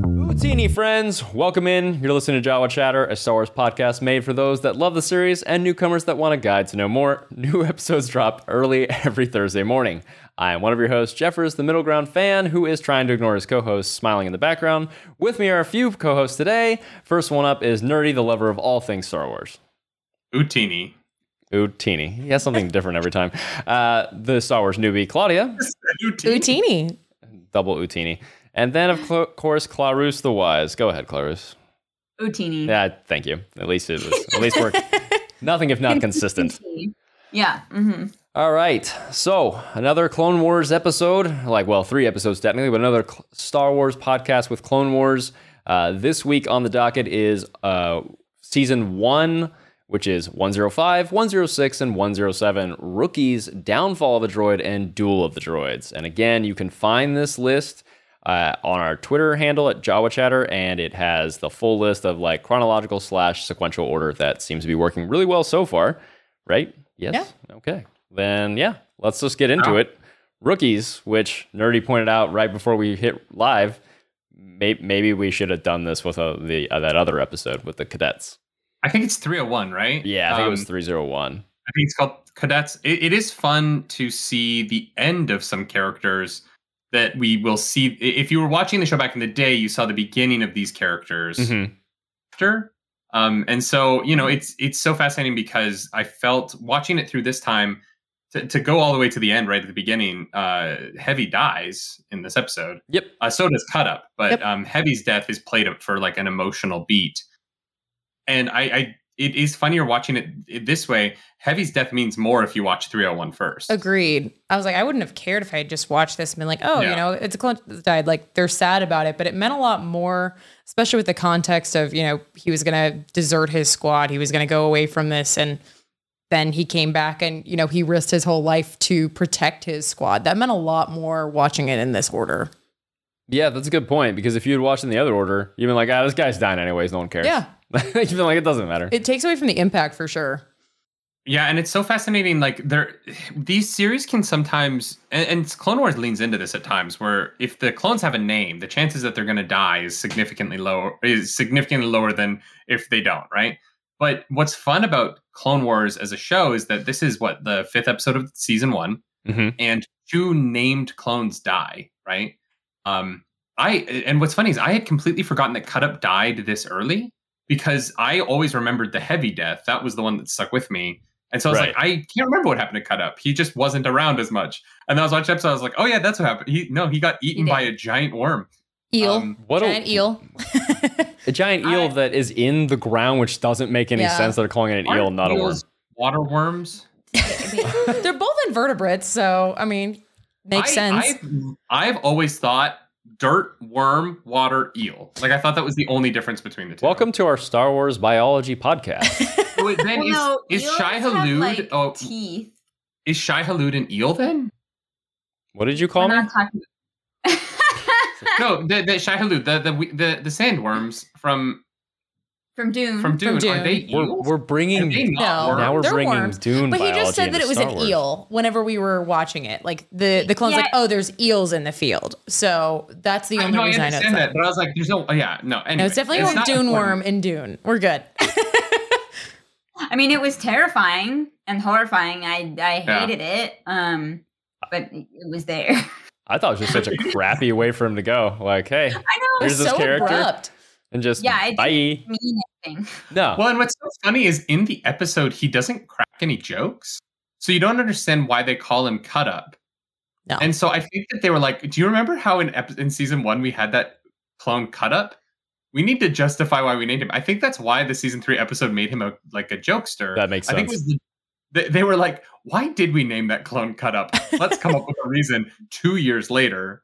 Dratini friends, welcome in. You're listening to Jawa Chatter, a Star Wars podcast made for those that love the series and newcomers that want a guide to know more. New episodes drop early every Thursday morning. I am one of your hosts, Jeffers, the middle ground fan who is trying to ignore his co host smiling in the background. With me are a few co hosts today. First one up is Nerdy, the lover of all things Star Wars. Utini. Ooh, teeny. He has something different every time. Uh, the Star Wars newbie, Claudia, Utini. double Utini. And then, of clo- course, Clarus the Wise. Go ahead, Clarus. Utini. Yeah, thank you. At least it was. At least we're nothing if not consistent. Yeah. hmm All right. So another Clone Wars episode, like well, three episodes technically, but another cl- Star Wars podcast with Clone Wars. Uh, this week on the docket is uh, season one, which is 105, 106, and 107 Rookies, Downfall of the Droid, and Duel of the Droids. And again, you can find this list uh, on our Twitter handle at Jawa Chatter, and it has the full list of like chronological slash sequential order that seems to be working really well so far, right? Yes. Okay. Then yeah, let's just get into it. Rookies, which Nerdy pointed out right before we hit live, may- maybe we should have done this with uh, the uh, that other episode with the cadets. I think it's 301, right? Yeah, I think it was Um, three zero one. I think it's called Cadets. It, it is fun to see the end of some characters that we will see. i- If you were watching the show back in the day, you saw the beginning of these characters. Mm-hmm. character. Um, and so you know, it's it's so fascinating because I felt watching it through this time to, to go all the way to the end, right at the beginning. Uh, Heavy dies in this episode. Yep. Uh, so does Cut Up, but Yep. um, Heavy's death is played up for like an emotional beat, and I, I it is funnier watching it, it this way. Heavy's death means more if you watch 301 first. Agreed. I was like, I wouldn't have cared if I had just watched this and been like, oh, Yeah. you know, it's a clone that died. Like they're sad about it, but it meant a lot more, especially with the context of, you know, he was gonna desert his squad, he was gonna go away from this, and then he came back and, you know, he risked his whole life to protect his squad. That meant a lot more watching it in this order. Yeah, that's a good point because if you had watched in the other order, you'd been like, ah, this guy's dying anyways. No one cares. Yeah. you've been like, it doesn't matter. It takes away from the impact for sure. Yeah, and it's so fascinating. Like there, these series can sometimes, and, and Clone Wars leans into this at times, where if the clones have a name, the chances that they're going to die is significantly lower. Is significantly lower than if they don't, right? But what's fun about Clone Wars as a show is that this is what the fifth episode of season one Mhm. and two named clones die, right? Um, I and what's funny is I had completely forgotten that Cut Up died this early because I always remembered the heavy death. That was the one that stuck with me. And so I was like, I can't remember what happened to Cut Up. He just wasn't around as much. And then I was watching the episode, I was like, oh yeah, that's what happened. He no, he got eaten did. by a giant worm. Eel. Um, What giant a, eel. a giant eel I- that is in the ground, which doesn't make any Yeah. sense. They're calling it an eel, aren't not a worm. eels Water worms. They're both invertebrates, so I mean, makes I- sense. I've, I've always thought dirt, worm, water, eel. Like I thought that was the only difference between the two. Welcome to our Star Wars biology podcast. Wait, then Well, no, is, is eels Shai have, Halud like, oh, teeth. is Shai Halud an eel then? what did you We're call me? not talking. No, the, the Shai Halud, the the the, the sandworms from Mm-hmm. From Doom. from Dune, are Dune. they We're, eels? we're Are bringing they not No. worms? now we're They're bringing worms. Dune. But he biology just said that into it was Star an Wars. eel whenever we were watching it. Like the the clone's Yeah. like, oh, there's eels in the field. So that's the I, only no, I reason I know. understand it's that, but I was like, there's no, oh, yeah, no. Anyway, No, it's definitely a not dune important. worm in Dune. We're good. I mean, it was terrifying and horrifying. I I Yeah. hated it. Um, but it was there. I thought it was just such a crappy way for him to go. Like, hey, I know. Here's It's this so character. abrupt. and just Yeah, I bye. It's mean anything. No, Well, and what's so funny is in the episode, he doesn't crack any jokes. So you don't understand why they call him cut up. No. And so I think that they were like, do you remember how in, epi- in season one we had that clone cut up? We need to justify why we named him. I think that's why the season three episode made him a like a jokester. that makes I think sense. it was the, they, they were like, why did we name that clone cut up? Let's come up with a reason two years later.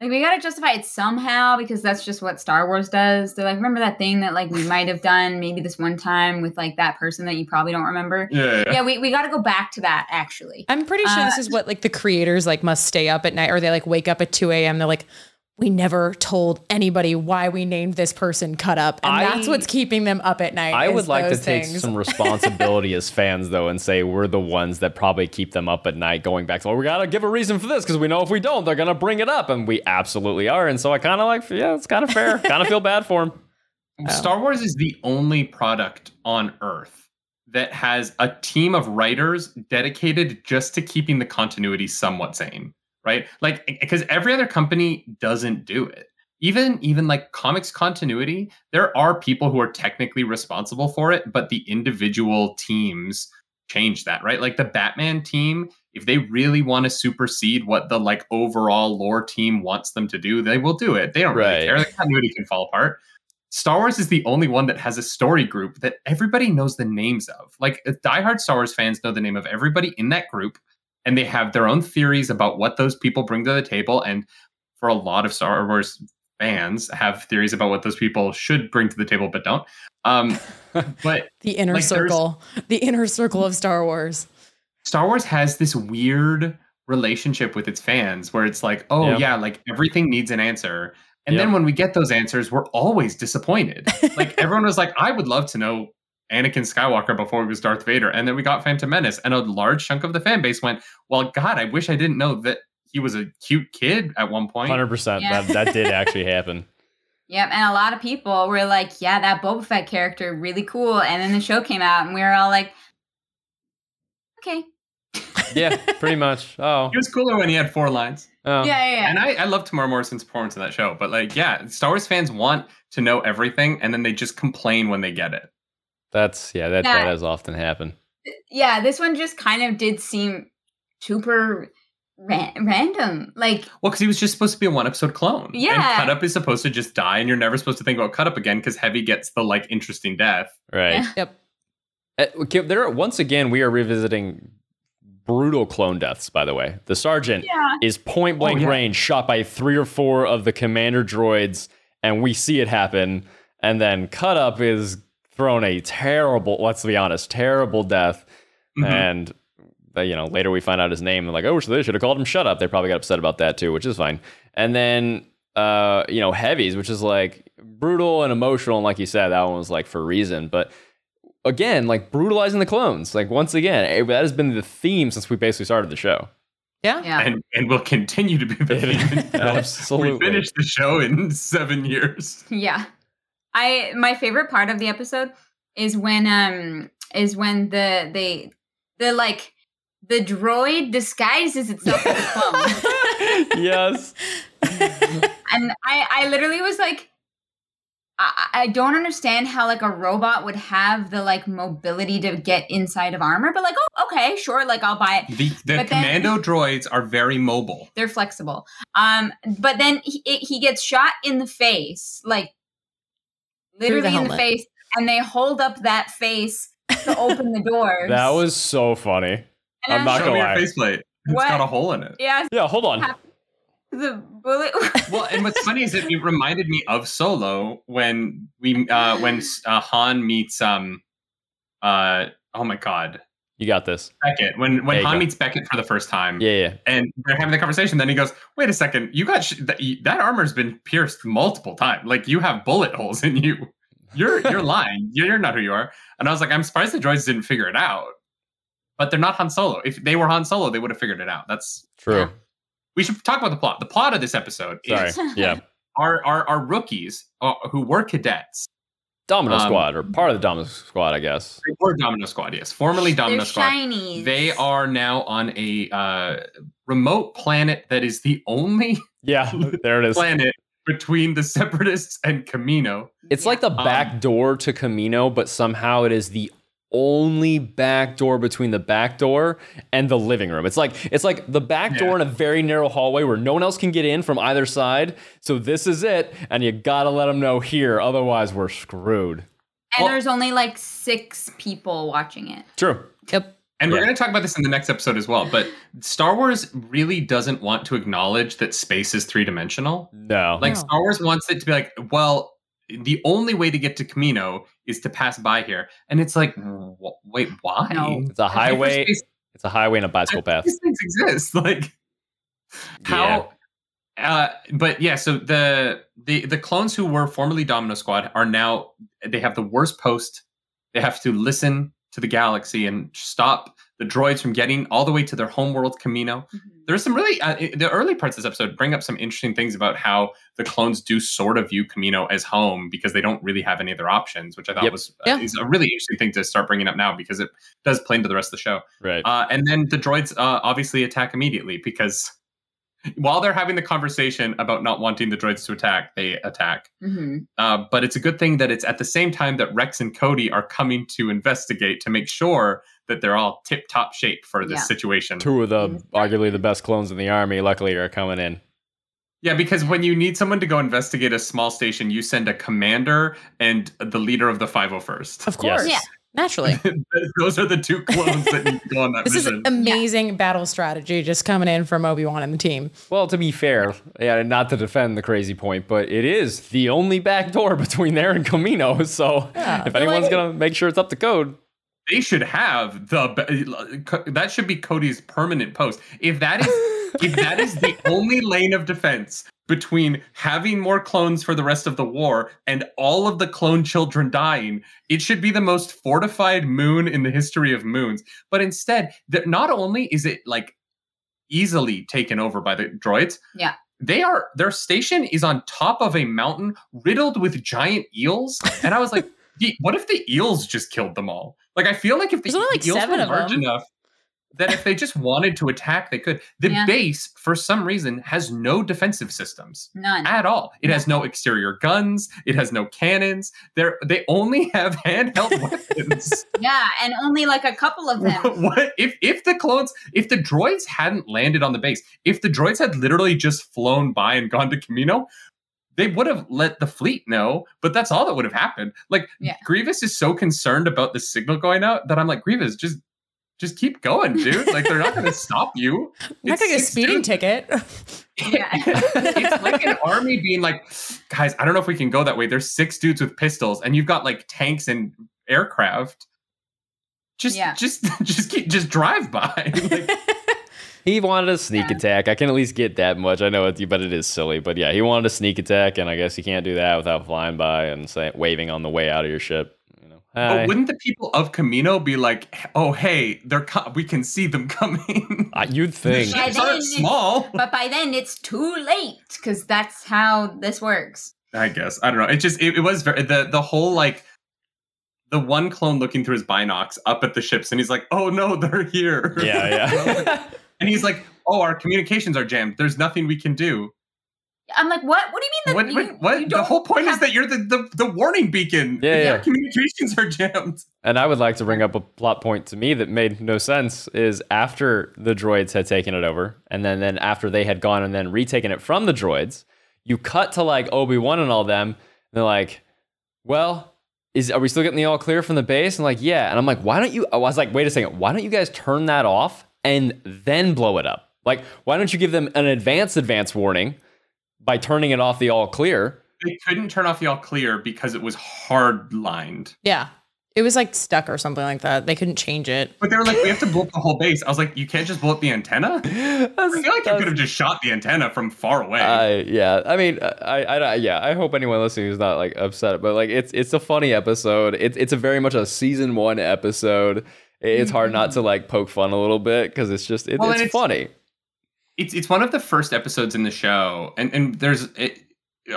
Like we gotta justify it somehow because that's just what Star Wars does. They're like, remember that thing that like we might have done maybe this one time with like that person that you probably don't remember. Yeah. yeah, yeah. Yeah, we, we gotta go back to that actually. Uh, I'm pretty sure this is what like the creators like must stay up at night or they like wake up at 2 a.m. They're like, we never told anybody why we named this person cut up. And I- that's what's keeping them up at night. I is would like to those take things. some responsibility as fans, though, and say we're the ones that probably keep them up at night going back. So we got to give a reason for this because we know if we don't, they're going to bring it up. And we absolutely are. And so I kind of like, yeah, it's kind of fair. kind of feel bad for them. Star Wars is the only product on Earth that has a team of writers dedicated just to keeping the continuity somewhat sane, right? Like because every other company doesn't do it. Even even like comics continuity, there are people who are technically responsible for it, but the individual teams change that, right? Like the Batman team, if they really want to supersede what the like overall lore team wants them to do, they will do it. They don't Right. really care. The continuity can fall apart. Star Wars is the only one that has a story group that everybody knows the names of. Like uh, diehard Star Wars fans know the name of everybody in that group, and they have their own theories about what those people bring to the table. And for a lot of Star Wars fans, have theories about what those people should bring to the table but don't. Um, but the inner like, there's- circle, the inner circle of Star Wars. Star Wars has this weird relationship with its fans where it's like, oh Yeah. yeah, like everything needs an answer. And Yeah. then when we get those answers, we're always disappointed. like everyone was like, I would love to know Anakin Skywalker before he was Darth Vader. And then we got Phantom Menace. And a large chunk of the fan base went, Well, God, I wish I didn't know that he was a cute kid at one point. 100%. Yeah. That, that did actually happen. Yep, and a lot of people were like, "Yeah, that Boba Fett character really cool." And then the show came out, and we were all like, "Okay, Yeah, pretty much. Oh. He was cooler when he had four lines. oh. yeah, yeah, yeah." Um, And I, I love Tamara Morrison's performance in that show. But like, yeah, Star Wars fans want to know everything and then they just complain when they get it. That's, yeah, that, Yeah. that has often happened. yeah, this one just kind of did seem super ra- random. Like, Well, because he was just supposed to be a one episode clone. Yeah. And Cut Up is supposed to just die, and you're never supposed to think about Cut Up again because Heavy gets the like interesting death. Right. Yep. Uh, okay, there are, once again, we are revisiting brutal clone deaths, by the way. The sergeant yeah, is point blank Oh, yeah. range shot by three or four of the commander droids, and we see it happen. And then Cut Up is thrown a terrible, let's be honest, terrible death. Mhm. And uh, you know, later we find out his name and like, oh, so they should have called him Shut Up. They probably got upset about that too, which is fine. And then uh, you know, heavies, which is like brutal and emotional, and like you said, that one was like for reason. But again, like brutalizing the clones, like once again, eh, that has been the theme since we basically started the show. Yeah. yeah. and and will continue to be the theme until we Absolutely. finish the show in seven years. Yeah. I my favorite part of the episode is when um is when the they the like the droid disguises itself as a clone. yes. And I I literally was like I, I don't understand how like a robot would have the like mobility to get inside of armor, but like oh okay, sure, like I'll buy it. The the then- commando droids are very mobile. They're flexible. Um but then he it, he gets shot in the face, like the literally in the helmet. face and they hold up that face to open the doors. That was so funny. I'm And I was not like, Show me gonna lie. your faceplate. It's What? got a hole in it. Yeah, Yeah, hold on. the bullet. well, and what's funny is that it reminded me of Solo when we uh, when uh, Han meets um uh oh my god You got this. Beckett when There when you Han go. meets Beckett for the first time Yeah, yeah. and they're having the conversation then he goes wait a second you got sh- that, that armor's been pierced multiple times like you have bullet holes in you you're you're lying you're, you're not who you are and I was like I'm surprised the droids didn't figure it out but they're not Han Solo if they were Han Solo they would have figured it out that's True. we should talk about the plot the plot of this episode is Sorry. Yeah. are are, are rookies uh, who were cadets. Domino Um, Squad, or part of the Domino Squad, I guess. They were Domino Squad, yes, formerly Domino They're Squad. shiny. They are now on a uh, remote planet that is the only Yeah, there it is. planet between the Separatists and Camino. It's like the Um, back door to Camino, but somehow it is the only back door between the back door and the living room. It's like it's like the back Yeah. door in a very narrow hallway where no one else can get in from either side. So this is it, and you gotta let them know here, otherwise we're screwed. and Well- there's only like six people watching it. True. Yep. And Yeah. we're going to talk about this in the next episode as well. But Star Wars really doesn't want to acknowledge that space is three dimensional. No. Like No. Star Wars wants it to be like, well, the only way to get to Camino is to pass by here, and it's like, wh- wait, why? No. it's a highway. Hyperspace It's a highway and a bicycle path. These things exist. Like Yeah. how Uh, but yeah, so the the the clones who were formerly Domino Squad are now they have the worst post. They have to listen to the galaxy and stop the droids from getting all the way to their homeworld Camino. There are some really uh, i- the early parts of this episode bring up some interesting things about how the clones do sort of view Camino as home because they don't really have any other options, which I thought Yep. was uh, Yeah. is a really interesting thing to start bringing up now because it does play into the rest of the show. Right. Uh, and then the droids uh, obviously attack immediately because while they're having the conversation about not wanting the droids to attack, they attack. Mhm. Uh, but it's a good thing that it's at the same time that Rex and Cody are coming to investigate to make sure that they're all tip top shape for this Yeah. situation. Two of the arguably the best clones in the army, luckily, are coming in. Yeah, because when you need someone to go investigate a small station, you send a commander and the leader of the 501st. Of course. Yeah. Naturally. Those are the two clones that need to go on that This is mission. amazing battle strategy just coming in from Obi Wan and the team. Well, to be fair, yeah, not to defend the crazy point, but it is the only back door between there and Camino. So Yeah. if anyone's gonna make sure it's up to code, they should have the be- uh, that should be Cody's permanent post. If that is if that is the only lane of defense between having more clones for the rest of the war and all of the clone children dying, it should be the most fortified moon in the history of moons. But instead, that not only is it like easily taken over by the droids, Yeah. They are their station is on top of a mountain riddled with giant eels, and I was like, "Ye- "What if the eels just killed them all?" Like, I feel like if the There's only, like, eels seven were of large them. enough, that if they just wanted to attack, they could. The Yeah. base, for some reason, has no defensive systems None. at all. It has no exterior guns. It has no cannons. They they only have handheld weapons. yeah, and only like a couple of them. what if if the clones, if the droids hadn't landed on the base, if the droids had literally just flown by and gone to Camino, they would have let the fleet know. But that's all that would have happened. Like Yeah. Grievous is so concerned about the signal going out that I'm like Grievous, just just keep going, dude. Like they're not going to stop you. I'm not It's gonna get a six speeding dudes. ticket. yeah. it's like an army being like, guys, I don't know if we can go that way. There's six dudes with pistols, and you've got like tanks and aircraft. Just, Yeah. just, just keep, just drive by. Like, he wanted a sneak attack. I can at least get that much. I know it, but it is silly. But yeah, he wanted a sneak attack, and I guess you can't do that without flying by and say, waving on the way out of your ship. You know, Hi. but wouldn't the people of Camino be like, oh hey, they're co- we can see them coming. I- you'd The think. Yeah, ships they aren't didn't- small. But by then it's too late because that's how this works. I guess I don't know. It just it, it was very the the whole like the one clone looking through his binocs up at the ships, and he's like, oh no, they're here. Yeah, yeah. And he's like, "Oh, our communications are jammed. There's nothing we can do." I'm like, what? What do you mean What? that you, what? what? you The don't whole point is have- that you're the, the the warning beacon. Yeah, If yeah. Our communications are jammed. And I would like to bring up a plot point to me that made no sense is after the droids had taken it over, and then, then after they had gone and then retaken it from the droids, you cut to like Obi-Wan and all them, and they're like, Well, is are we still getting the all clear from the base? And like, yeah. And I'm like, why don't you I was like, wait a second, why don't you guys turn that off and then blow it up? Like, why don't you give them an advance advance warning by turning it off the all clear? They couldn't turn off the all clear because it was hard lined. yeah. It was like stuck or something like that. They couldn't change it. But they were like, "We have to blow up the whole base." I was like, "You can't just blow up the antenna." I I feel like you could have just shot the antenna from far away. I yeah, I mean, I, I, I- yeah, I hope anyone listening who's not like upset, but like it's it's a funny episode. It's it's a very much a season one episode. It's hard not to like poke fun a little bit because it's just it, Mm-hmm. Well, it's, and it's- funny. it's it's one of the first episodes in the show, and and there's it,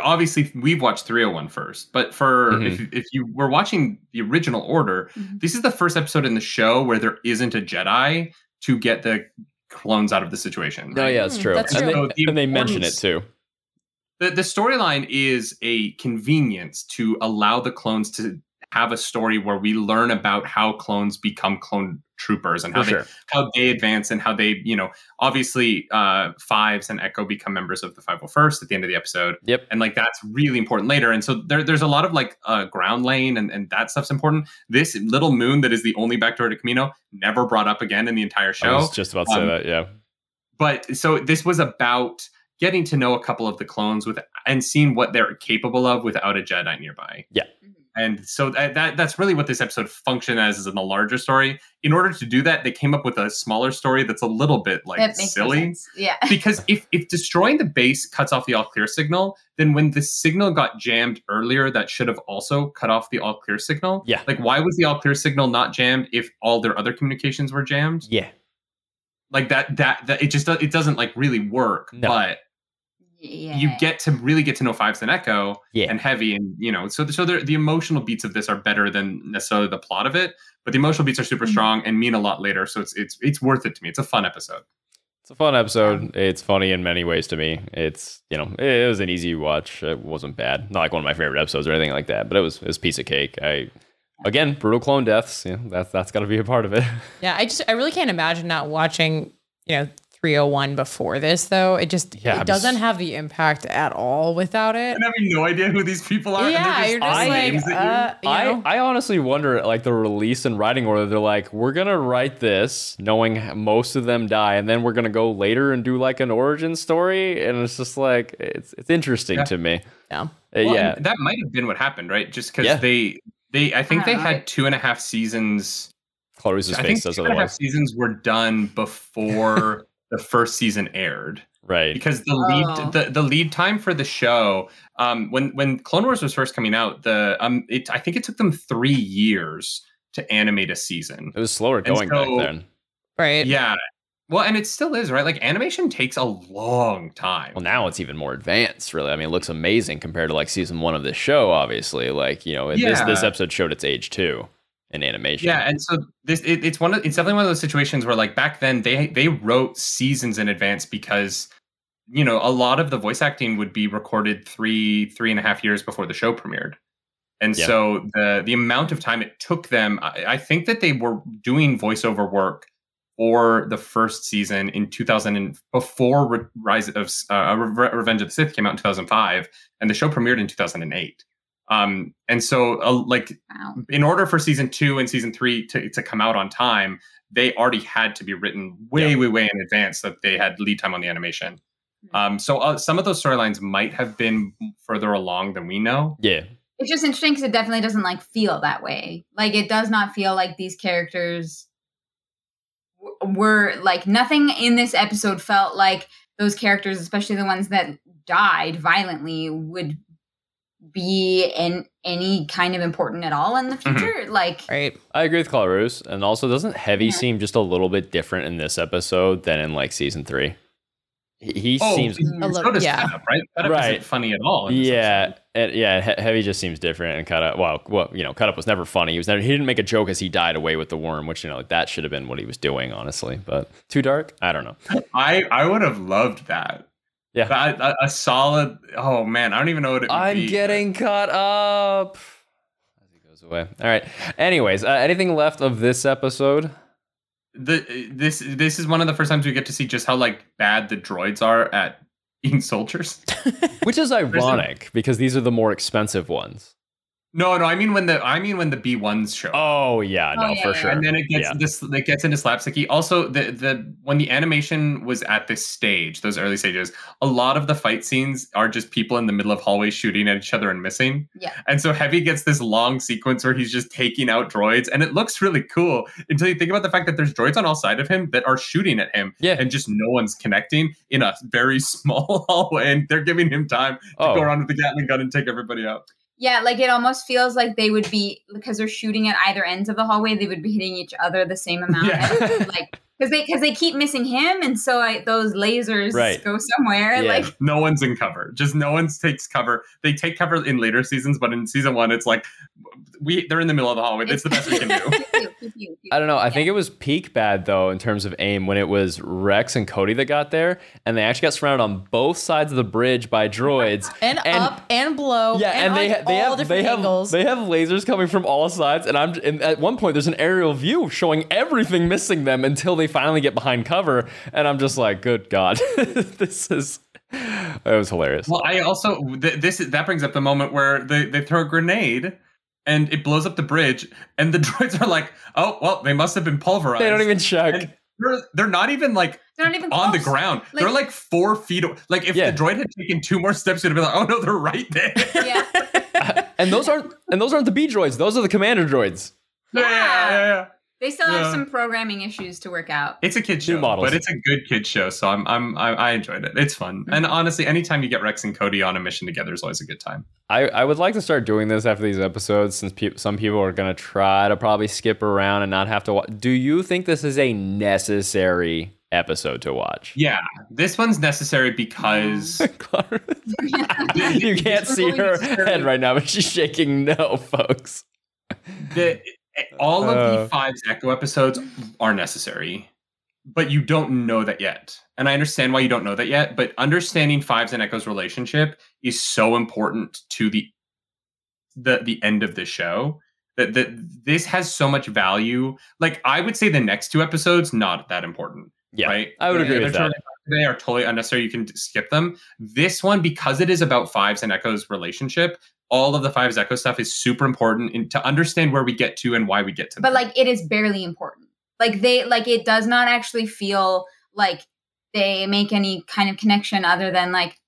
obviously we've watched 301 first, but for Mm-hmm. if if you were watching the original order, Mhm. this is the first episode in the show where there isn't a Jedi to get the clones out of the situation. No, right? Oh, yeah, it's Mm, true. that's and, true. They, and they mention it Importance- too. The the storyline is a convenience to allow the clones to have a story where we learn about how clones become clone troopers and how For they sure. how they advance and how they, you know, obviously uh Fives and Echo become members of the 501st at the end of the episode. Yep. And like that's really important later. And so there, there's a lot of like uh ground lane and, and that stuff's important. This little moon that is the only backdoor to Camino never brought up again in the entire I show. was just about to say um, that. Yeah. But so this was about getting to know a couple of the clones with and seeing what they're capable of without a Jedi nearby. Mm-hmm. Yeah. A- and so that, that that's really what this episode functioned as is in the larger story in order to do that they came up with a smaller story that's a little bit like That makes no silly sense. Yeah. because if if destroying the base cuts off the all clear signal then when the signal got jammed earlier that should have also cut off the all clear signal Yeah. like why was the all clear signal not jammed if all their other communications were jammed Yeah. like that that, that it just do- it doesn't like really work No. but Yeah. you get to really get to know fives and echo Yeah. and heavy and you know so so the, the emotional beats of this are better than necessarily the plot of it but the emotional beats are super Mhm. Mm-hmm. strong and mean a lot later so it's it's it's worth it to me it's a fun episode It's a fun episode. It's funny in many ways to me. It's you know it, it was an easy watch. It wasn't bad. Not like one of my favorite episodes or anything like that. But it was it was a piece of cake. I again brutal clone deaths. Yeah, that's that's got to be a part of it. Yeah, I just I really can't imagine not watching, you know, 301 before this though. It just Yeah, I'm it doesn't s- have the impact at all without it. and having no idea who these people are and Yeah, they're you're just just throwing like, names at you. uh, you know? I, I honestly wonder like the release and writing order. They're like we're gonna write this knowing h- most of them die, and then we're gonna go later and do like an origin story. And it's just like it's it's interesting Yeah. to me. Yeah. Uh, Well, yeah. and that might have been what happened right just because Yeah. they they i think I they Uh-huh. don't know. had two and a half seasons Clarice's i face think says two and a half otherwise. seasons were done before the first season aired Right. because the lead Oh. the, the lead time for the show um when when clone wars was first coming out the um it i think it took them three years to animate a season It was slower going back so- then. Right. yeah well and it still is right like animation takes a long time Well, now it's even more advanced, really. I mean, it looks amazing compared to like season one of this show, obviously. Like, you know, this, Yeah. this episode showed its age too in animation. yeah and so this it, it's one of it's definitely one of those situations where like back then they they wrote seasons in advance because you know a lot of the voice acting would be recorded three three and a half years before the show premiered and Yeah. so the the amount of time it took them I, I think that they were doing voiceover work for the first season in 2000 and before Re- rise of S- uh, Re- revenge of the sith came out in 2005 and the show premiered in 2008 um and so uh, like Wow. in order for season two and season three to, to come out on time, they already had to be written way, Yeah. way, way in advance so that they had lead time on the animation. Hmm. Um, so uh, some of those storylines might have been further along than we know. Yeah. It's just interesting because it definitely doesn't like feel that way. Like it does not feel like these characters w- were like nothing in this episode felt like those characters, especially the ones that died violently, would be in any kind of important at all in the Mhm. future. Like Right. I agree with Clarus. And also, doesn't Heavy Yeah. seem just a little bit different in this episode than in like season three? He, he Oh, seems. A so little- does yeah. Setup, right? Setup Right. isn't funny at all. in this Yeah, episode. and- yeah. He- Heavy just seems different, and cut up. Well, well, you know, cut up was never funny. He was never. He didn't make a joke as he died away with the worm, which you know, like that should have been what he was doing, honestly. But too dark. I don't know. I, I would have loved that. Yeah. That- a, a solid. Oh man, I don't even know what it. Would I'm be. getting caught up. As he goes away. All right. Anyways, uh, anything left of this episode? the this this is one of the first times we get to see just how like bad the droids are at being soldiers. Which is ironic because these are the more expensive ones. No, no, I mean when the I mean when the B ones show. up. Oh yeah, Oh, no, yeah, for yeah. sure. And then it gets yeah. this it gets into slapsticky. Also, the the when the animation was at this stage, those early stages, a lot of the fight scenes are just people in the middle of hallways shooting at each other and missing. Yeah. And so Heavy gets this long sequence where he's just taking out droids, and it looks really cool until you think about the fact that there's droids on all sides of him that are shooting at him, Yeah. and just no one's connecting in a very small hallway, and they're giving him time to go oh, around with the Gatling gun and take everybody out. Yeah, like it almost feels like they would be because they're shooting at either ends of the hallway. They would be hitting each other the same amount, Yeah. And, like because they because they keep missing him, and so I, those lasers Right. go somewhere. Yeah. Like no one's in cover. Just no one's takes cover. They take cover in later seasons, but in season one, it's like we they're in the middle of the hallway. That's the best we can do. pew, pew, pew, pew, pew. I don't know. I think it was peak bad though in terms of aim when it was Rex and Cody that got there, and they actually got surrounded on both sides of the bridge by droids. And, And- up and below. Yeah, and, and, they ha- on they all have different they have angles. they have lasers coming from all sides, and I'm and at one point there's an aerial view showing everything missing them until they finally get behind cover, and I'm just like, good god, this is it was hilarious. Well, I also th- this that brings up the moment where they they throw a grenade and it blows up the bridge, and the droids are like, oh well, they must have been pulverized. they don't even check. And they're, they're not even like they're not even on the close. ground. Like- they're like four feet. o- Like if Yeah. the droid had taken two more steps, it'd have been like, oh no, they're right there. Yeah, and And those aren't and those aren't the B droids. Those are the commander droids. Yeah, yeah, yeah, yeah. They still Yeah. have some programming issues to work out. It's a kid New show, models. Mm-hmm. but it's a good kid show. So I'm, I'm, I, I enjoyed it. It's fun, and honestly, anytime you get Rex and Cody on a mission together is always a good time. I, I would like to start doing this after these episodes since peop some people are going to try to probably skip around and not have to watch. Do you think this is a necessary episode to watch? Yeah, this one's necessary because Clara- you can't see her head right now, but she's shaking no, folks. the, eh, all of Uh. the Five's Echo episodes are necessary, but you don't know that yet. And I understand why you don't know that yet, but understanding Five's and Echo's relationship is so important to the the the end of the show that that this has so much value. Like I would say the next two episodes not that important. Yeah, right? I would agree The with other that. two They are totally unnecessary. You can skip them. This one, because it is about Fives and Echo's relationship, all of the Fives Echo stuff is super important in, to understand where we get to and why we get to. But them. like it is barely important. Like they like it does not actually feel like they make any kind of connection other than like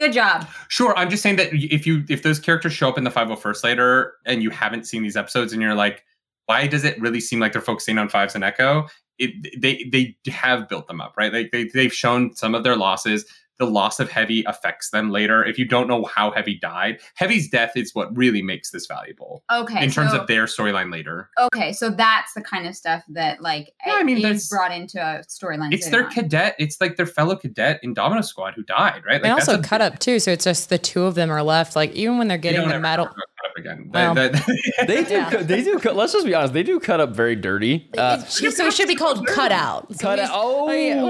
good job. sure, I'm just saying that if you if those characters show up in the 501st later and you haven't seen these episodes and you're like, why does it really seem like they're focusing on Fives and Echo? It they they have built them up, right? Like they they've shown some of their losses. The loss of Heavy affects them later. If you don't know how Heavy died, Heavy's death is what really makes this valuable. Okay. in terms so- of their storyline later. Okay, so that's the kind of stuff that like Yeah, I mean, is that's- brought into a storyline. It's later their on. cadet. It's like their fellow cadet in Domino Squad who died, right? Like and that's also a- cut up too, so it's just the two of them are left. Like even when they're they getting don't the ever medal, cut up again. Well. That- that- They do. Yeah. cut They do. cut Let's just be honest. They do cut up very dirty. Uh, It's- so it should be called cutout. So cut we- out. Oh, yeah.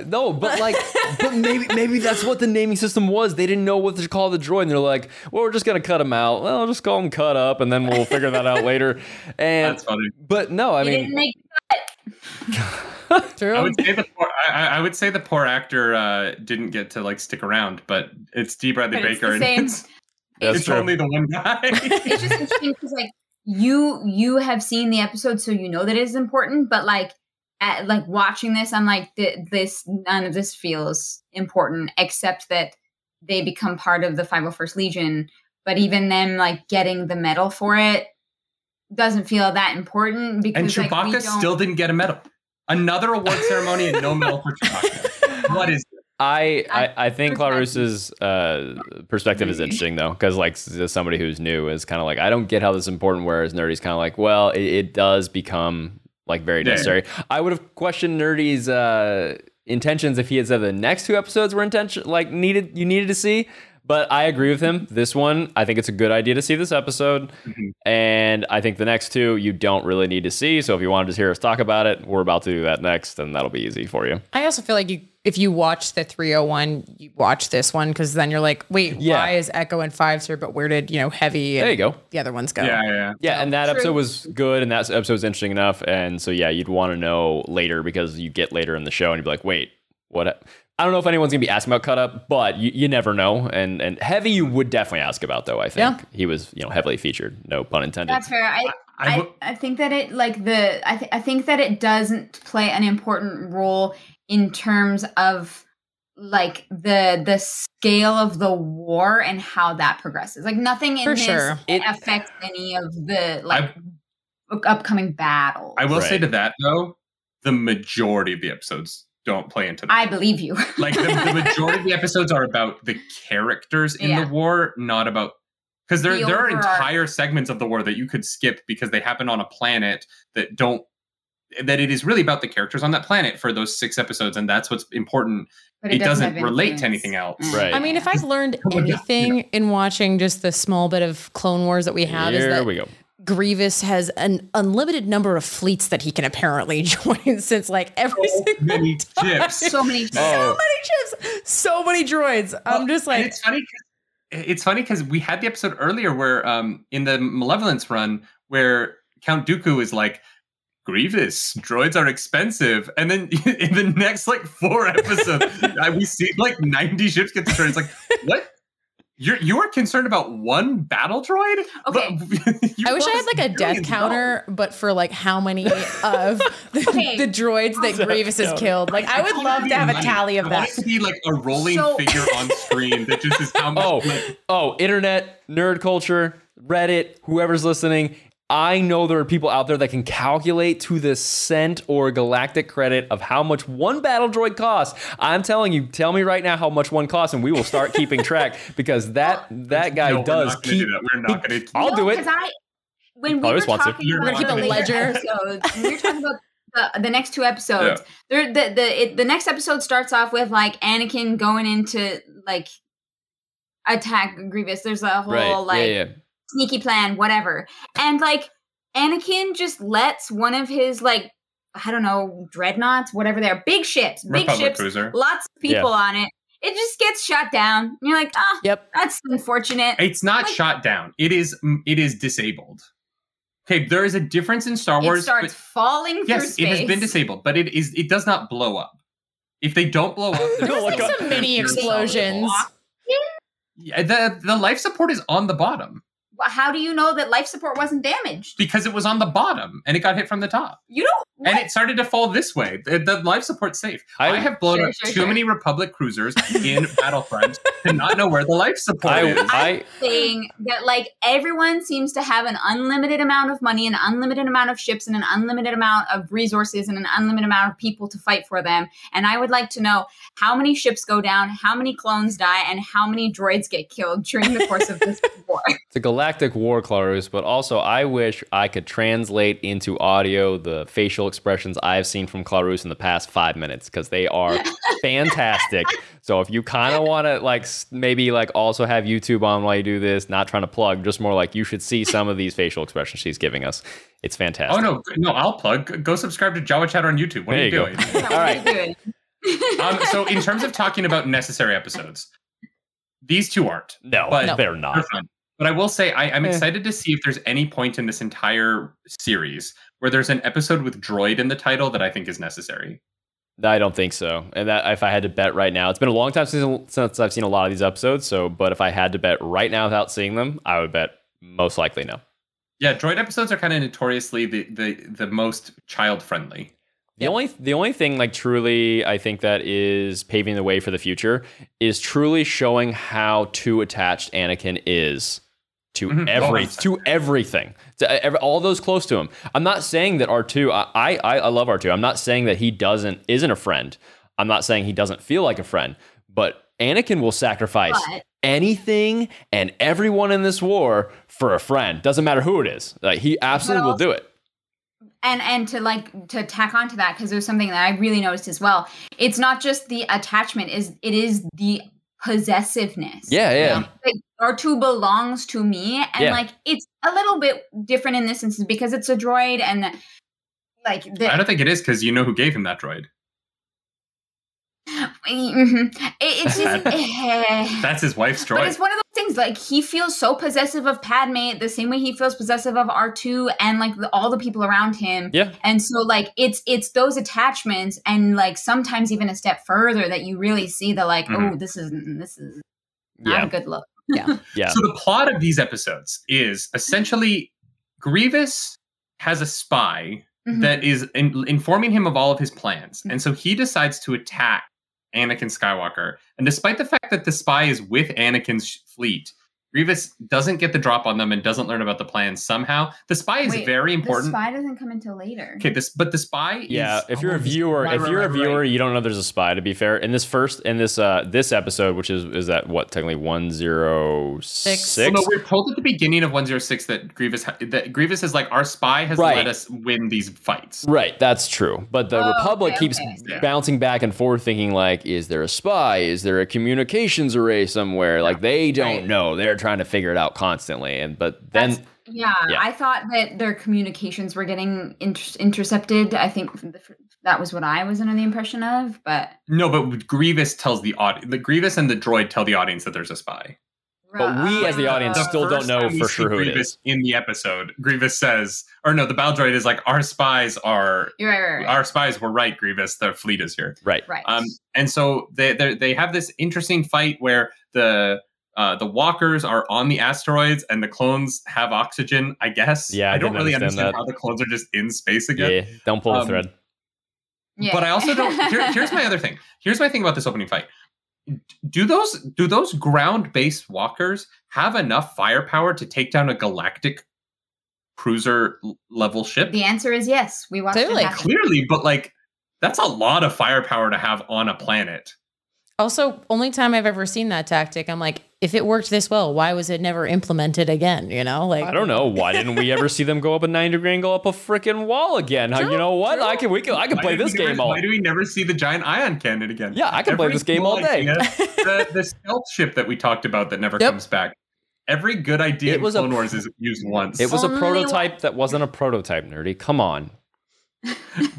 Ooh. no, but like, but maybe maybe that's what the naming system was. They didn't know what to call the droid, and they're like, "Well, we're just gonna cut him out. Well, I'll just call him cut up, and then we'll figure that out later." And that's funny. but no, I You mean, didn't make I through would say the poor, I, I- I would say the poor actor uh, didn't get to like stick around, but it's D. Bradley But it's Baker, the same. and it's, that's it's true. only the one guy. it's just interesting because like you you have seen the episode, so you know that it's important. But like at, like watching this, I'm like th- this none of this feels important except that they become part of the 501st Legion. But even them like getting the medal for it doesn't feel that important and because like, we Chewbacca don't- still didn't get a medal. Another award ceremony and no medal for Chewbacca. What is I, I- I, I think Larouse's uh, perspective is interesting though, because like s- as somebody who's new is kind of like I don't get how this is important. Whereas Nerdy's kind of like, well, it, it does become like very Yeah. necessary. I would have questioned Nerdy's uh, intentions if he had said the next two episodes were intention like needed you needed to see. But I agree with him. This one, I think it's a good idea to see this episode, Mhm. and I think the next two you don't really need to see. So if you want to just hear us talk about it, we're about to do that next, and that'll be easy for you. I also feel like you, if you watch the 301, you watch this one because then you're like, wait, Yeah. why is Echo and Fives here? But where did, you know, Heavy There you and go. the other ones go? Yeah, yeah. Yeah, and that True. episode was good, and that episode was interesting enough, and so yeah, you'd want to know later because you get later in the show, and you'd be like, wait, what? I don't know if anyone's gonna be asking about cut up, but you, you never know. And and heavy, you would definitely ask about though. I think he was you know heavily featured, no pun intended. That's fair. I, I I, w- I think that it like the I, th- I think that it doesn't play an important role in terms of like the the scale of the war and how that progresses. Like nothing in For this sure. It- affects any of the like upcoming battles. I will say Right. to that though, the majority of the episodes don't play into that. I believe you. like the, the majority of the episodes are about the characters in Yeah. the war not about because there, The there are overarch- entire segments of the war that you could skip because they happen on a planet that don't that it is really about the characters on that planet for those six episodes and that's what's important But it, doesn't, have relate influence. to anything else Mm. Right. I mean, if I've learned Oh, yeah, yeah. anything in watching just the small bit of Clone Wars that we have, is Here that we go. Grievous has an unlimited number of fleets that he can apparently join since like every So single many time. ships. So many. Oh, So many ships, so many droids. I'm just And like, it's funny 'cause- it's funny because we had the episode earlier where um in the malevolence run where count dooku is like grievous droids are expensive and then in the next like four episodes I- we see like 90 ships get destroyed it's like what You're you're concerned about one battle droid? Okay. But- you I brought wish I had us like a millions of death dollars. counter, but for like how many of the, Okay. the droids that Grievous has killed. Like I would love to have a Money. tally I of want that. it to be like a rolling So- figure on screen that just is how much. Oh, like, oh, internet, nerd culture, Reddit, whoever's listening. I know there are people out there that can calculate to the cent or galactic credit of how much one battle droid costs. I'm telling you, tell me right now how much one costs, and we will start keeping track because that that guy no, we're does not gonna do keep. that. We're not gonna. keep- I'll do it. Because I, when we Always were wants to. talking You're about gonna keep the a later ledger. episodes, we were talking about. The, the next two episodes, there the the it, the next episode starts off with like Anakin going into like attack Grievous. There's a whole yeah, like yeah. sneaky plan, whatever. And like Anakin just lets one of his like I don't know dreadnoughts, whatever they are, big ships, big Republic ships, Cruiser. lots of people Yeah. on it. It just gets shot down. And you're like, ah, Yep. that's unfortunate. It's not Like- shot down. It is it is disabled. Okay, there is a difference in Star Wars. it starts but- falling through yes, space. it has been disabled, but it is it does not blow up. If they don't blow up, they're No, There's like like solid. some mini They're solid. explosions. Yeah, the the life support is on the bottom Well, How do you know that life support wasn't damaged? because it was on the bottom and it got hit from the top. You don't. and it started to fall this way. The, the life support's safe. I- I, have blown Sure, up sure, too sure. many Republic cruisers in Battlefront to not know where the life support is. I, I Saying that like everyone seems to have an unlimited amount of money, an unlimited amount of ships, and an unlimited amount of resources, and an unlimited amount of people to fight for them. And I would like to know how many ships go down, how many clones die, and how many droids get killed during the course of this war. It's a galactic war, Clarus, but also I wish I could translate into audio the facial expressions I've seen from Clarus in the past five minutes because they are fantastic. So if you kind of want to like s- maybe like also have YouTube on while you do this, not trying to plug, just more like you should see some of these facial expressions she's giving us. It's fantastic. oh no, no, I'll plug. Go subscribe to Jawa Chatter on YouTube. What There are you, you go. doing? That's how right. we do it. um, so in terms of talking about necessary episodes, these two aren't. no, But- No. they're They're not. fun. But I will say I, I'm Eh. excited to see if there's any point in this entire series where there's an episode with droid in the title that I think is necessary. I don't think so. And that if I had to bet right now, it's been a long time since, since I've seen a lot of these episodes. So, but if I had to bet right now without seeing them, I would bet most likely no. Yeah, droid episodes are kind of notoriously the, the the most child friendly. The Yep. only the only thing like truly I think that is paving the way for the future is truly showing how too attached Anakin is to Mhm. every Oh, to everything to e, ev all those close to him. I'm not saying that R2 I I I love R2. I'm not saying that he doesn't isn't a friend. I'm not saying he doesn't feel like a friend, but Anakin will sacrifice But- anything and everyone in this war for a friend. Doesn't matter who it is. Like he absolutely will do it. and and to like to tack on to that because there's something that i really noticed as well it's not just the attachment is it is the possessiveness Yeah, yeah. like r2 belongs to me and Yeah. like it's a little bit different in this instance because it's a droid and like the, I don't think it is because you know who gave him that droid. Mhm. It- it's just eh. That's his wife's droid. But it's one of those things. Like he feels so possessive of Padme, the same way he feels possessive of R two and like the, all the people around him. Yeah. And so like it's it's those attachments and like sometimes even a step further that you really see the like Mhm. oh this is this is Mm-hmm. not Yeah. a good look. Yeah. So the plot of these episodes is essentially Grievous has a spy Mhm. that is in- informing him of all of his plans, Mm-hmm. and so he decides to attack Anakin Skywalker. And despite the fact that the spy is with Anakin's sh- fleet, Grievous doesn't get the drop on them and doesn't learn about the plan somehow. The spy is Wait, very the important. spy doesn't come until later. okay, this but the spy. Yeah, is, if you're a oh, this- viewer, right, if right, you're a right, right. viewer, you don't know there's a spy. To be fair, in this first, in this uh, this episode, which is is that what technically one zero six. Well, no, we're told at the beginning of 106 that Grievous ha- that Grievous is like our spy has Right. let us win these fights. Right, that's true. But the Oh, Republic okay, keeps okay. Yeah. bouncing back and forth, thinking like, "Is there a spy? Is there a communications array somewhere?" Like they don't Right. know. They're trying to figure it out constantly. And but then, That's- Yeah, Yeah. I thought that their communications were getting inter- intercepted. I think from the, that was what I was under the impression of, but No, but Grievous tells the audience. The Grievous and the droid tell the audience that there's a spy. but we as the audience Uh, still don't first know time we for see sure who it Grievous is. In the episode, Grievous says, or no, the bow droid is like, our spies are, You're right, right, right. our spies were right. Grievous, the fleet is here. Right. right. Um, and so they they they have this interesting fight where the uh, the walkers are on the asteroids and the clones have oxygen, I guess. Yeah, I I, don't didn't really understand understand that. how the clones are just in space again. Yeah, don't pull the Um, thread. Yeah. But I also don't. Here, here's my other thing. Here's my thing about this opening fight. Do those do those ground based walkers have enough firepower to take down a galactic cruiser l- level ship? The answer is yes. We watched Clearly. it happen. Clearly, but like that's a lot of firepower to have on a planet. Also, only time I've ever seen that tactic, I'm like, if it worked this well, why was it never implemented again? You know, like I don't know. Why didn't we ever see them go up a 90 degree angle up a freaking wall again? Huh, you know what? I can we can I can Why play do we this never- game all Why do we never see the giant ion cannon again? Yeah, I can play this game cool all day. idea, the, the stealth ship that we talked about that never Yep. comes back. Every good idea It in was a- Clone Wars is used once. It was a Only prototype that wasn't a prototype, nerdy. Come on.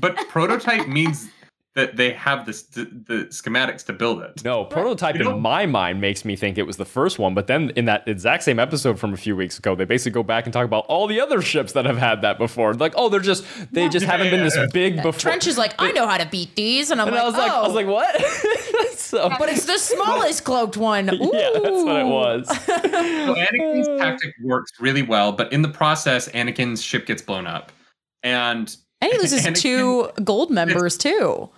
but prototype means that they have the st- the schematics to build it. No, prototype You know- in my mind makes me think it was the first one, but then in that exact same episode from a few weeks ago, they basically go back and talk about all the other ships that have had that before. Like, oh, they're just they just haven't been this big before. Trench is like, I know how to beat these, and I'm and like, I was like, oh, I was like, what? so, but it's the smallest cloaked one. Ooh. yeah, that's what it was. So Anakin's tactic works really well, but in the process, Anakin's ship gets blown up, and And he loses Anakin- two gold members too.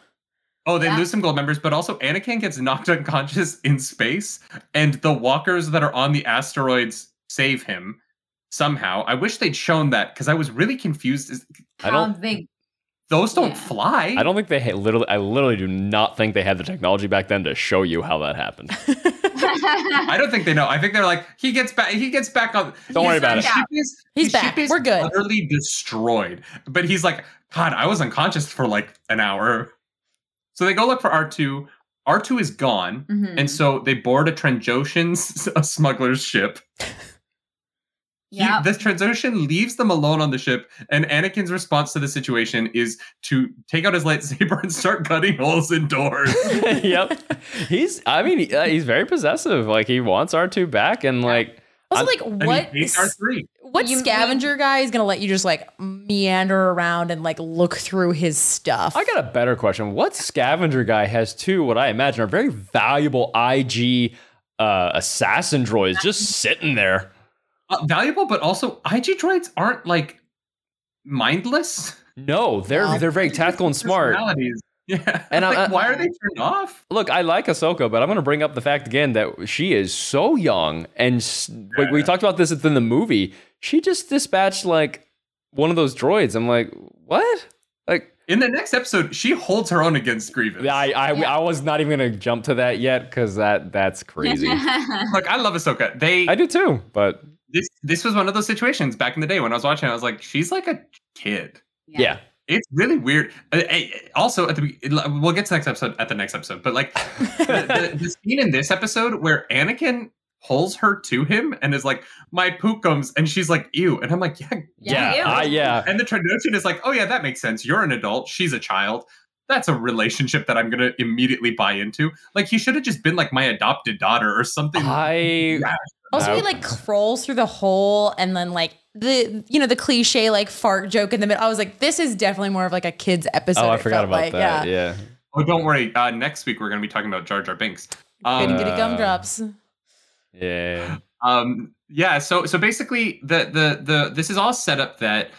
Oh, they Yeah. lose some gold members, but also Anakin gets knocked unconscious in space, and the walkers that are on the asteroids save him somehow. I wish they'd shown that because I was really confused. Is- I How don't- big? Those don't Yeah. fly. I don't think they had literally. I literally do not think they had the technology back then to show you how that happened. I don't think they know. I think they're like he gets back. He gets back on. Don't worry about it. his ship is- He's his ship back. is We're good. Utterly destroyed. But he's like, God, I was unconscious for like an hour. So they go look for R two. R two is gone. Mm-hmm. Mhm. And so they board a Transocean's a smuggler's ship. He- Yep. this Transocean leaves them alone on the ship, and Anakin's response to the situation is to take out his lightsaber and start cutting holes in doors. yep, he's. I mean, he- uh, he's very possessive. Like he wants R two back, and like Also, I'm- like, And what he hates R3. what You- scavenger guy is gonna let you just like meander around and like look through his stuff? I got a better question. What scavenger guy has two, what I imagine are very valuable IG uh, assassin droids just sitting there? Uh, valuable, but also IG droids aren't like mindless. No, they're No. they're very tactical and smart. Personalities. Yeah. And uh, And I- like, I- why are they turned off? Look, I like Ahsoka, but I'm going to bring up the fact again that she is so young, and s like we talked about this in the movie, she just dispatched like one of those droids. I'm like, what? Like, In the next episode, she holds her own against Grievous. I I, Yeah. I was not even going to jump to that yet because that that's crazy. Look, I love Ahsoka. They I do too, but this this was one of those situations back in the day when I was watching. I was like, she's like a kid. yeah. It's really weird. Uh, uh, Also, at the be- we'll get to the next episode at the next episode, but like the, the, the scene in this episode where Anakin pulls her to him and is like, "My pookums," and she's like, "Ew," and I'm like, "Yeah." Yeah, ew. I, yeah. And the Trinotian is like, "Oh yeah, that makes sense. You're an adult. She's a child. That's a relationship that I'm gonna immediately buy into." Like he should have just been like my adopted daughter or something. Uh-huh. I Yeah. Also, he Uh, like crawls through the hole and then like the you know the cliche like fart joke in the middle. I was like, this is definitely more of like a kids episode. oh, I it forgot felt about like, that. Yeah, Yeah. oh, don't worry. Uh, next week we're gonna be talking about Jar Jar Binks. Goody, Um, goody Uh, gumdrops. Yeah. um yeah so so basically the the the this is all set up that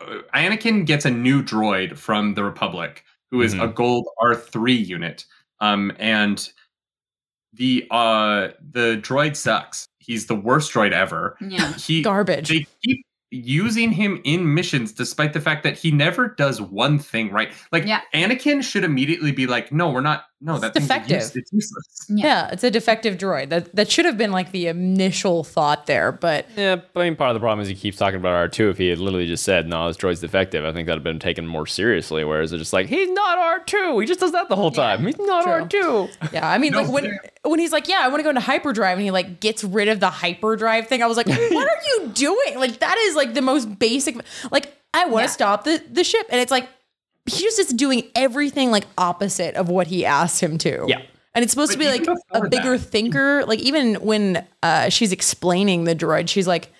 uh, anakin gets a new droid from the republic who is a Mhm. gold r3 unit um and the uh the droid sucks he's the worst droid ever Yeah. he Garbage. they keep using him in missions despite the fact that he never does one thing right like Yeah. anakin should immediately be like no we're not no It's that's defective defective. it's useless Yeah, it's a defective droid. That that should have been like the initial thought there, but Yeah, but I mean, part of the problem is he keeps talking about R2. If he had literally just said, no, this droid's defective, I think that would have been taken more seriously. Whereas it's just like, he's not R2. He just does that the whole time. He's not R2. yeah, I mean No, like when when he's like, yeah, I want to go into hyperdrive, and he like gets rid of the hyperdrive thing. I was like, what are you doing? Like that is like the most basic. Like I want to stop the the ship, and it's like he's just is doing everything like opposite of what he asked him to. Yeah. And it's supposed But to be like even a before bigger that- thinker. Like even when uh, she's explaining the droid, she's like,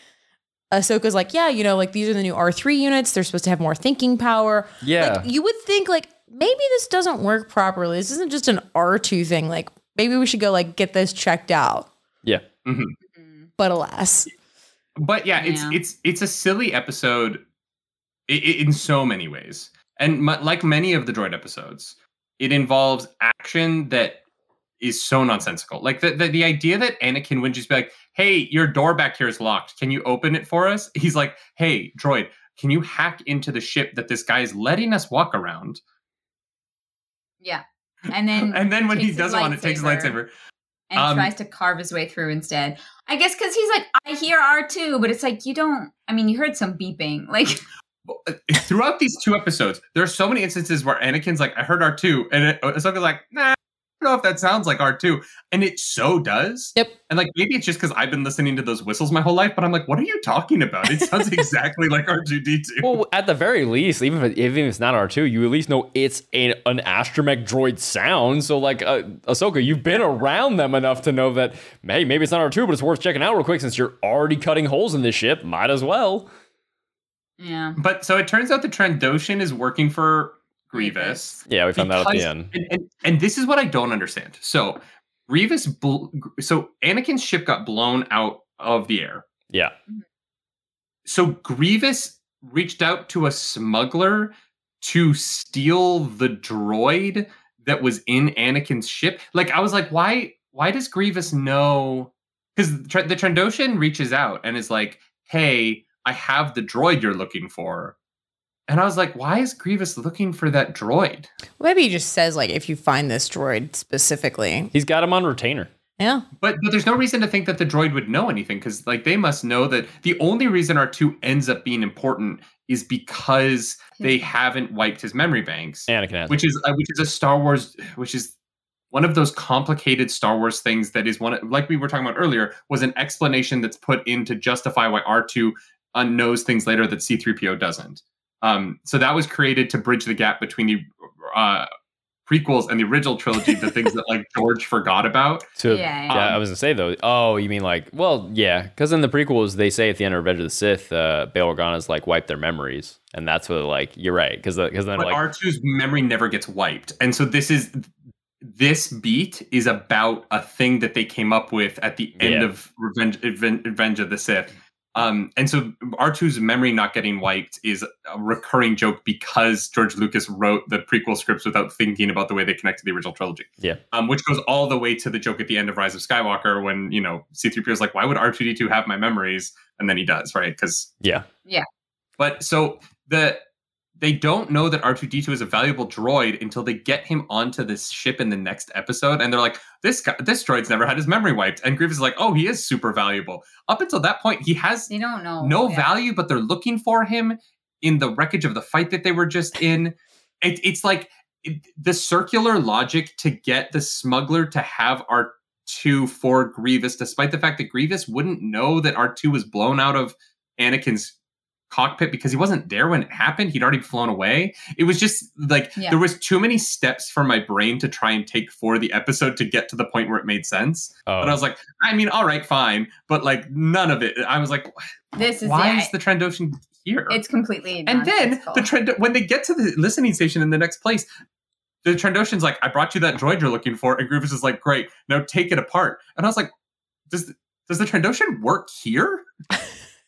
Ahsoka's like, yeah, you know, like these are the new R3 units. They're supposed to have more thinking power. Yeah. Like you would think like maybe this doesn't work properly. This isn't just an R2 thing. Like maybe we should go like get this checked out. Yeah. Mm. But alas, But yeah, it's Yeah. it's it's a silly episode i- i- in so many ways, and mu like many of the Droid episodes, it involves action that is so nonsensical. Like the the, the idea that Anakin would just be like, "Hey, your door back here is locked. Can you open it for us?" He's like, "Hey, droid." Can you hack into the ship that this guy is letting us walk around? Yeah. And then And then when he takes his doesn't want it, takes his lightsaber. lightsaber. and Um, tries to carve his way through instead. I guess because he's like, I hear R2, but it's like, you don't, I mean, you heard some beeping. Like, throughout these two episodes, there are so many instances where Anakin's like, I heard R2, and it- Ahsoka's like, nah, I don't know if that sounds like R2. And it so does. Yep. And like, maybe it's just because I've been listening to those whistles my whole life, but I'm like, what are you talking about? It sounds exactly like R2D2. Well, at the very least, even if, even if it's not R2, you at least know it's a, an astromech droid sound. So, like, uh, Ahsoka, you've been around them enough to know that, hey, maybe it's not R2, but it's worth checking out real quick since you're already cutting holes in this ship. Might as well. yeah. But so it turns out the Trandoshan is working for Grievous. Yeah, we found that out at Because- the end. And, and, and this is what I don't understand. So Grievous, bl- so Anakin's ship got blown out of the air. Yeah. So Grievous reached out to a smuggler to steal the droid that was in Anakin's ship. Like I was like, why? Why does Grievous know? Because the, the Trandoshan reaches out and is like, "Hey, I have the droid you're looking for." And I was like, why is Grievous looking for that droid? maybe he just says like if you find this droid specifically. He's got him on retainer. Yeah. But but there's no reason to think that the droid would know anything because like they must know that the only reason R2 ends up being important is because they haven't wiped his memory banks, Anakin has. which is uh, which is a Star Wars, which is one of those complicated Star Wars things that is one of- like we were talking about earlier was an explanation that's put in to justify why R2 uh, knows things later that C3PO doesn't. Um, so that was created to bridge the gap between the uh, prequels and the original trilogy, the things that like George forgot about. to, Yeah, yeah, yeah. I was going to say, though. Oh, you mean like, well, yeah. Because in the prequels, they say at the end of Revenge of the Sith, uh, Bail Organa's like wiped their memories. And that's what, like, you're right. Because then, but like, R2's memory never gets wiped. And so this is this beat is about a thing that they came up with at the end Yeah. of Revenge, Aven- Revenge of the Sith. Um, and so R2's memory not getting wiped is a recurring joke because George Lucas wrote the prequel scripts without thinking about the way they connect to the original trilogy. Yeah. Um, which goes all the way to the joke at the end of Rise of Skywalker when, you know, C3PO is like, why would R2D2 have my memories? And then he does, right? Because yeah. but so the they don't know that R2D2 is a valuable droid until they get him onto this ship in the next episode, and they're like, "This guy, this droid's never had his memory wiped." And Grievous is like, "Oh, he is super valuable." Up until that point, he has They don't know. no Oh, Yeah. value, but they're looking for him in the wreckage of the fight that they were just in. It, it's like it- the circular logic to get the smuggler to have R2 for Grievous, despite the fact that Grievous wouldn't know that R2 was blown out of Anakin's cockpit because he wasn't there when it happened. He'd already flown away. It was just like Yeah. there was too many steps for my brain to try and take for the episode to get to the point where it made sense. Oh. But I was like, I mean, all right, fine, but like none of it. I was like, This is why yeah, is the Trandoshan here? It's completely. and then nonsensical. the trend when they get to the listening station in the next place, the Trandoshan's like, "I brought you that droid you're looking for," and Grievous is like, "Great, now take it apart." And I was like, "Does does the Trandoshan work here?"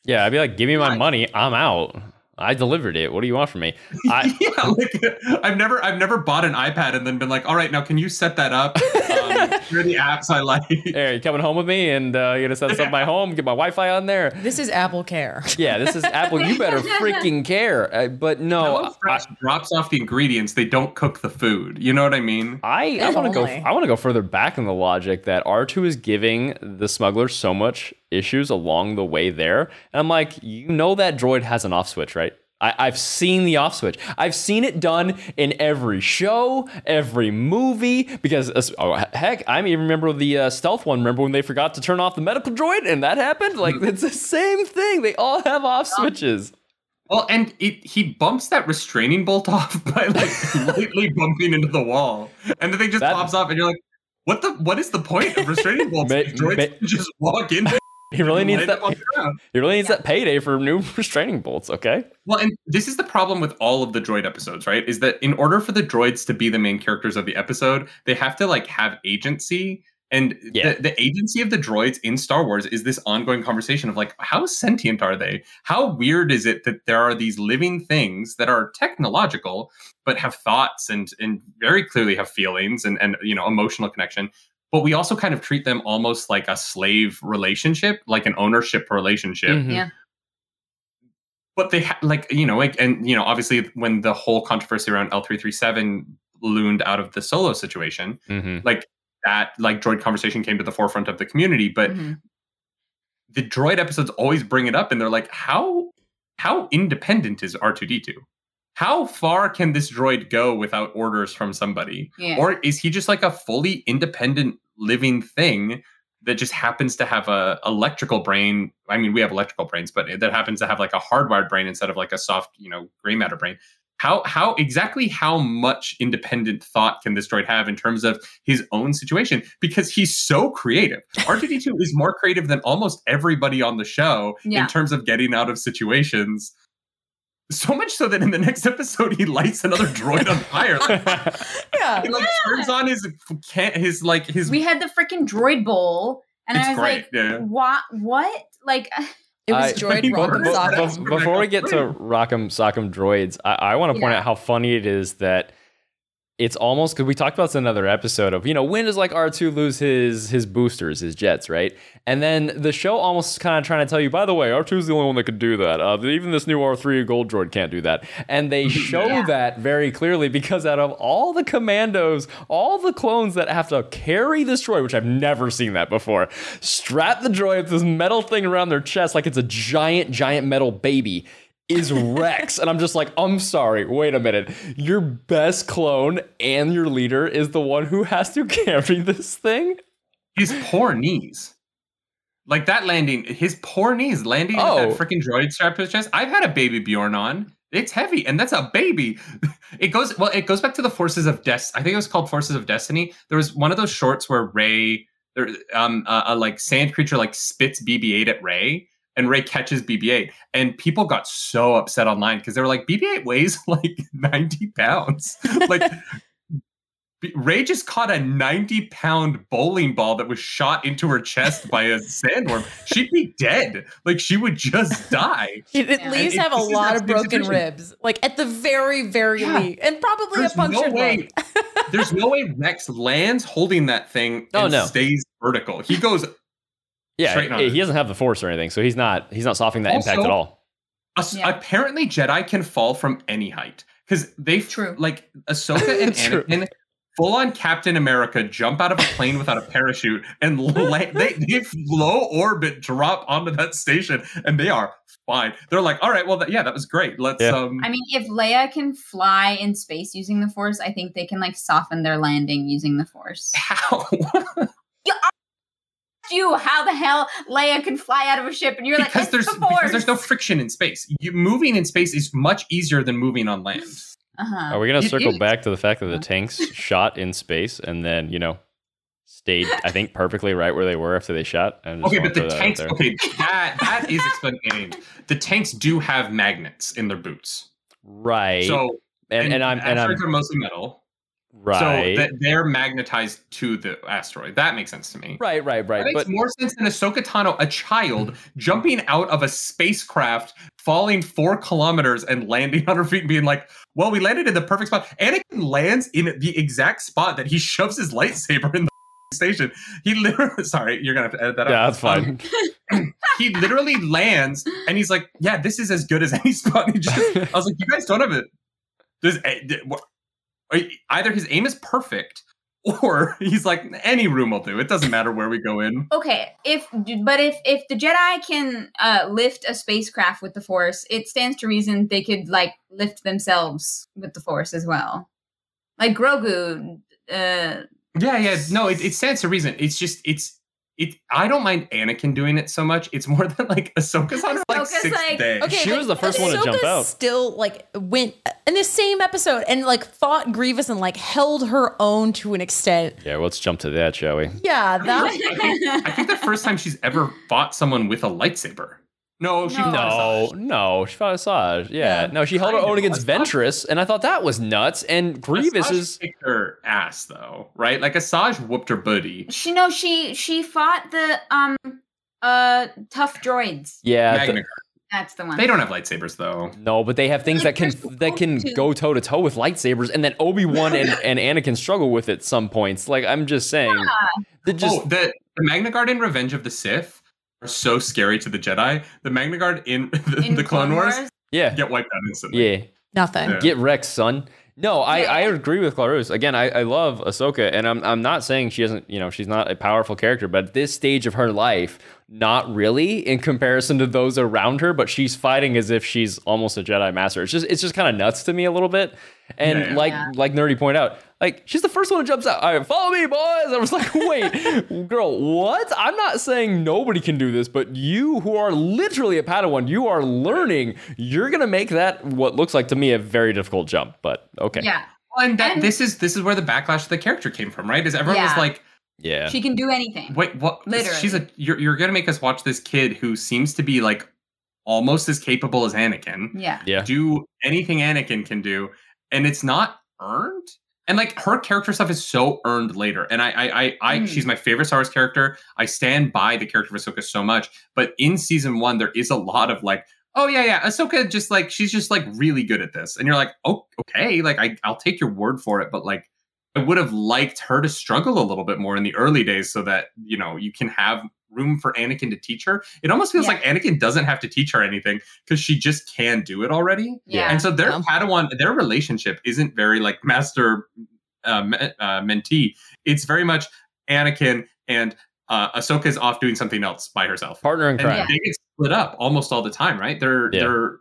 Yeah, I'd be like, give me my Right. money. I'm out. I delivered it. What do you want from me? I- yeah, like I've never I've never bought an iPad and then been like, "All right, now can you set that up?" Um, here are the apps I like. Hey, are you coming home with me? And uh, you're gonna set this up at my home, get my Wi-Fi on there. This is Apple Care. Yeah, this is Apple. You better freaking care. Uh, but no, I, HelloFresh drops off the ingredients; they don't cook the food. You know what I mean? I, I If want to go. only. I want to go further back in the logic that R two is giving the smuggler so much issues along the way there, and I'm like, you know that droid has an off switch, right? I, I've seen the off switch. I've seen it done in every show, every movie. Because uh, oh, heck, I even remember the uh, stealth one. Remember when they forgot to turn off the medical droid, and that happened? Like it's the same thing. They all have off switches. Well, and it, he bumps that restraining bolt off by like lightly bumping into the wall, and the thing just That- pops off, and you're like, "What the? What is the point of restraining bolts? Ma- If droids ma- can just walk in. He really and needs land that. up on the ground. He really needs that payday for new restraining bolts. Okay. Well, and this is the problem with all of the droid episodes, right? Is that in order for the droids to be the main characters of the episode, they have to like have agency. And Yeah. the, the agency of the droids in Star Wars is this ongoing conversation of like, how sentient are they? How weird is it that there are these living things that are technological, but have thoughts and and very clearly have feelings and, and you know emotional connection. But we also kind of treat them almost like a slave relationship, like an ownership relationship Mhm. Yeah. but they ha- like you know like and you know obviously when the whole controversy around L337 loomed out of the solo situation Mhm. that like droid conversation came to the forefront of the community but Mhm. the droid episodes always bring it up and they're like how how independent is R2D2 how far can this droid go without orders from somebody Yeah. or is he just like a fully independent living thing that just happens to have a electrical brain i mean we have electrical brains but that happens to have like a hardwired brain instead of like a soft you know gray matter brain how how exactly how much independent thought can this droid have in terms of his own situation because he's so creative r2d2 is more creative than almost everybody on the show Yeah. in terms of getting out of situations so much so that in the next episode he lights another droid on fire Yeah. he like turns on his can his like his. we had the freaking droid bowl, and it's I was great. like, yeah. "What? What? Like, It I- was Droid Before- Rock and Well, Sock. Sock'em. bef- before we get to Rock'em Sock'em Droids, I, I want to point Yeah. out how funny it is that it's almost because we talked about this in another episode of you know when does like R two lose his his boosters his jets right and then the show almost kind of trying to tell you by the way R 2s the only one that could do that uh, even this new R three gold droid can't do that and they show Yeah. that very clearly because out of all the commandos all the clones that have to carry this droid which I've never seen that before strap the droid with this metal thing around their chest like it's a giant giant metal baby is Rex. and I'm just like, I'm sorry, wait a minute. Your best clone and your leader is the one who has to carry this thing? His poor knees. Like that landing, his poor knees landing Oh. with that freaking droid strapped to his chest. I've had a baby Bjorn on. It's heavy, and that's a baby. It goes well. It goes back to the forces of Des. I think it was called Forces of Destiny. There was one of those shorts where Ray, there, um, a, a like sand creature like spits BB-8 at Ray, and Ray catches BB-8, and people got so upset online because they were like, BB-8 weighs like ninety pounds. like B- Ray just caught a 90 pound bowling ball that was shot into her chest by a sandworm. She'd be dead. Like she would just die. You'd at Yeah. least And have a this is lot that of broken situation. ribs, like at the very, very Yeah. least, and probably There's a no punctured way. lung. there's no way Rex lands holding that thing Oh, and no. stays vertical. He goes Straighten Yeah, on he it. he doesn't have the force or anything, so he's not he's not softening that impact Also- at all. As- Yeah. Apparently, Jedi can fall from any height because they True. like Ahsoka and True. Anakin. Full on Captain America jump out of a plane without a parachute and la- they, they low orbit drop onto that station and they are fine. They're like, all right, well, that, yeah, that was great. Let's Yeah. um, I mean, if Leia can fly in space using the Force, I think they can like soften their landing using the Force. how You, how the hell Leia can fly out of a ship, and you're like, because "It's there's the because Force. there's no friction in space. You, moving in space is much easier than moving on land. uh-huh. Are we gonna uh, it circle is- back to the fact that the tanks shot in space and then, you know, stayed I think perfectly right where they were after they shot? I just Okay, wanna but throw the that out tanks. there. Okay, that that is explained. The tanks do have magnets in their boots. Right. So and, and, I'm and I'm asteroids are mostly metal, right. so that they're magnetized to the asteroid. That makes sense to me. right, right, That right. makes But more sense than Ahsoka Tano, a child jumping out of a spacecraft, falling four kilometers and landing on her feet and being like, well, we landed in the perfect spot. Anakin lands in the exact spot that he shoves his lightsaber in the station. He literally, sorry, you're going to have to edit that out. yeah, that's Um, fine. he literally lands and he's like, yeah, this is as good as any spot. He just I was like, you guys don't have it. Does eh, d- what- are you- either his aim is perfect, or he's like, any room will do. It doesn't matter where we go in. Okay, if but if if the Jedi can uh, lift a spacecraft with the Force, it stands to reason they could like lift themselves with the Force as well, like Grogu. Uh, Yeah, yeah. No, it, it stands to reason. It's just it's it. I don't mind Anakin doing it so much. It's more than like Ahsoka's on her like Ahsoka's sixth like, day. Okay, She was the first one to Ahsoka jump out. Still, like went in the same episode and like fought Grievous and like held her own to an extent. Yeah, well, let's jump to that, shall we? Yeah, that Oh, I think the first time she's ever fought someone with a lightsaber. No, she No. No, fought Asajj. no, she fought Asajj. Yeah, Yeah. no, she held her Kind own of. against Asajj- Ventress, and I thought that was nuts. And Grievous Asajj is kicked her ass though, right? Like Asajj whooped her booty. She no, she she fought the um uh tough droids. yeah, Magna th- That's the one. They don't have lightsabers though. no, but they have things that Like, can they're supposed that can to. go toe to toe with lightsabers, and then Obi Wan and and Anakin struggle with it some points. Like I'm just saying, that just oh, the, the Magna Guard in Revenge of the Sith are so scary to the Jedi. The Magna Guard in the, In the Clone, Wars, yeah, get wiped out instantly. yeah. Nothing. Yeah. Get wrecked, son. No, I, Yeah. I agree with Clarus. Again, I, I love Ahsoka, and I'm I'm not saying she isn't, you know, she's not a powerful character, but at this stage of her life, not really in comparison to those around her, but she's fighting as if she's almost a Jedi master. It's just it's just kind of nuts to me a little bit. And Yeah. like Yeah. like Nerdy pointed out, like she's the first one who jumps out. All right, follow me, boys. I was like, wait, girl, what? I'm not saying nobody can do this, but you who are literally a Padawan, you are learning. You're gonna make that what looks like to me a very difficult jump. But okay, Yeah. Well, and, that, And- this is this is where the backlash to the character came from, right? Is everyone was Yeah. like, yeah, She can do anything. "Wait, what? this- Literally. She's a you're you're gonna make us watch this kid who seems to be like almost as capable as Anakin Yeah. yeah. do anything Anakin can do, and it's not earned." And like her character stuff is so earned later, and I, I, I, I Mm. she's my favorite Star Wars character. I stand by the character of Ahsoka so much, but in season one, there is a lot of like, oh yeah, yeah, Ahsoka just like she's just like really good at this, and you're like, oh okay, like I, I'll take your word for it, but like I would have liked her to struggle a little bit more in the early days, so that you know you can have room for Anakin to teach her. It almost feels Yeah. like Anakin doesn't have to teach her anything because she just can do it already. Yeah. And so their Yeah. Padawan, their relationship isn't very like master uh, me- uh, mentee. It's very much Anakin and uh, Ahsoka's off doing something else by herself. partner in And crime. they get split up almost all the time, right? They're Yeah. they're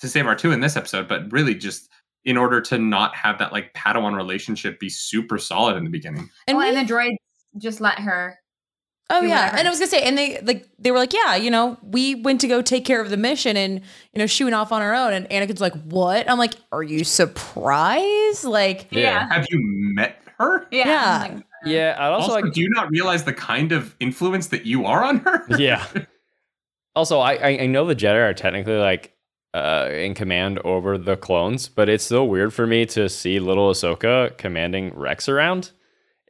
to save our two in this episode, but really just in order to not have that like Padawan relationship be super solid in the beginning. And well, we- Oh, and the droids just let her. Oh do yeah, whatever. and I was gonna say, and they like they were like, yeah, you know, we went to go take care of the mission, and you know, she went off on her own, and Anakin's like, what? I'm like, are you surprised? Like, Yeah. Have you met her? Yeah. Yeah. I'm like, Yeah, I also, Also, like do you not realize the kind of influence that you are on her? yeah. Also, I, I I know the Jedi are technically like uh, in command over the clones, but it's so weird for me to see little Ahsoka commanding Rex around.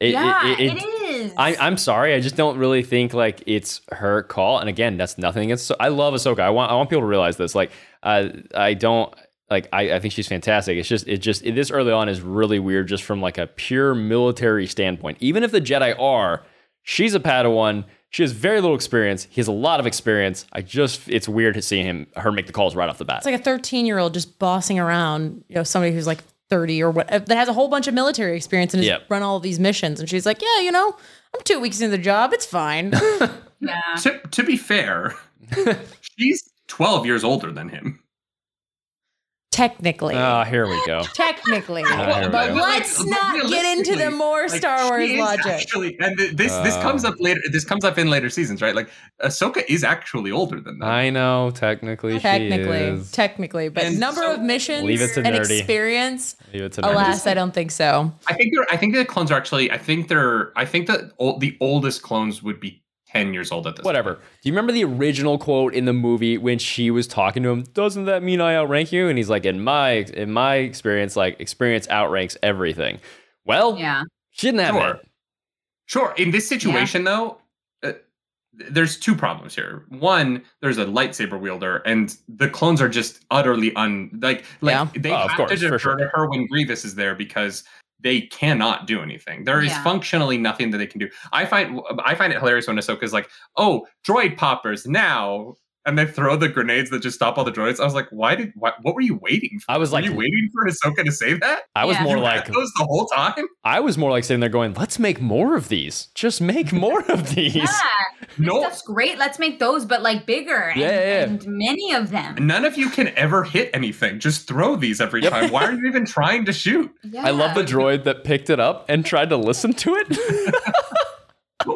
It, it- yeah, it- it- it is. I, I'm sorry, I just don't really think like it's her call. And again, that's nothing. It's I love Ahsoka. I want I want people to realize this. Like, uh, I don't like I, I think she's fantastic. It's just it just this early on is really weird, just from like a pure military standpoint. Even if the Jedi are, she's a Padawan. She has very little experience. He has a lot of experience. I just it's weird to see him her make the calls right off the bat. it's like a 13 year old just bossing around, you know, somebody who's like 30 or what that has a whole bunch of military experience and has Yep. run all of these missions, and she's like, yeah, you know, I'm two weeks into the job, it's fine. yeah. to, to be fair, she's 12 years older than him. Technically, Ah, here we go. technically, Ah, here we but go. let's Like, not get into the realistically, more Like, Star Wars she is logic. Actually, and th- this this comes up later. This comes up in later seasons, right? Like Ahsoka is actually older than that. I know technically, technically, she is. technically, but And number so- of missions Leave it to and nerdy. experience. Leave it to nerds. Alas, I don't think so. I think they're. I think the clones are actually. I think they're. I think the old, the oldest clones would be 10 years old at this. Whatever. Do you remember the original quote in the movie when she was talking to him? Doesn't that mean I outrank you? And he's like, in my in my experience, like experience outranks everything. Well, Yeah. she didn't have Sure. it. Sure. In this situation, though, uh, th- there's two problems here. One, there's a lightsaber wielder, and the clones are just utterly un like like they Oh, of have course, to for defer sure. to her when Grievous is there because they cannot do anything. There is Yeah. functionally nothing that they can do. I find I find it hilarious when Ahsoka's like, "Oh, droid poppers now." And they throw the grenades that just stop all the droids. I was like, "Why did? Why, what were you waiting for? I was Were like, you waiting for Ahsoka to say that? I was Yeah. more You had like, those the whole time? I was more like sitting there going, let's make more of these. Just make more of these. Yeah. No, Ah, Stuff's great. Let's make those, but like bigger. And, Yeah, yeah, yeah. and many of them. None of you can ever hit anything. Just throw these every Yep. time. Why are you even trying to shoot? Yeah. I love the droid that picked it up and tried to listen to it.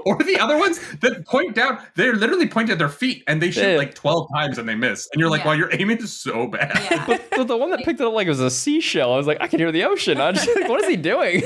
Or the other ones that point down, they're literally point at their feet and they shoot Yeah. like 12 times and they miss. And you're like, Yeah. wow, your aim is so bad. Yeah. but the- the one that picked it up like it was a seashell. I was like, I can hear the ocean. I was just like, what is he doing?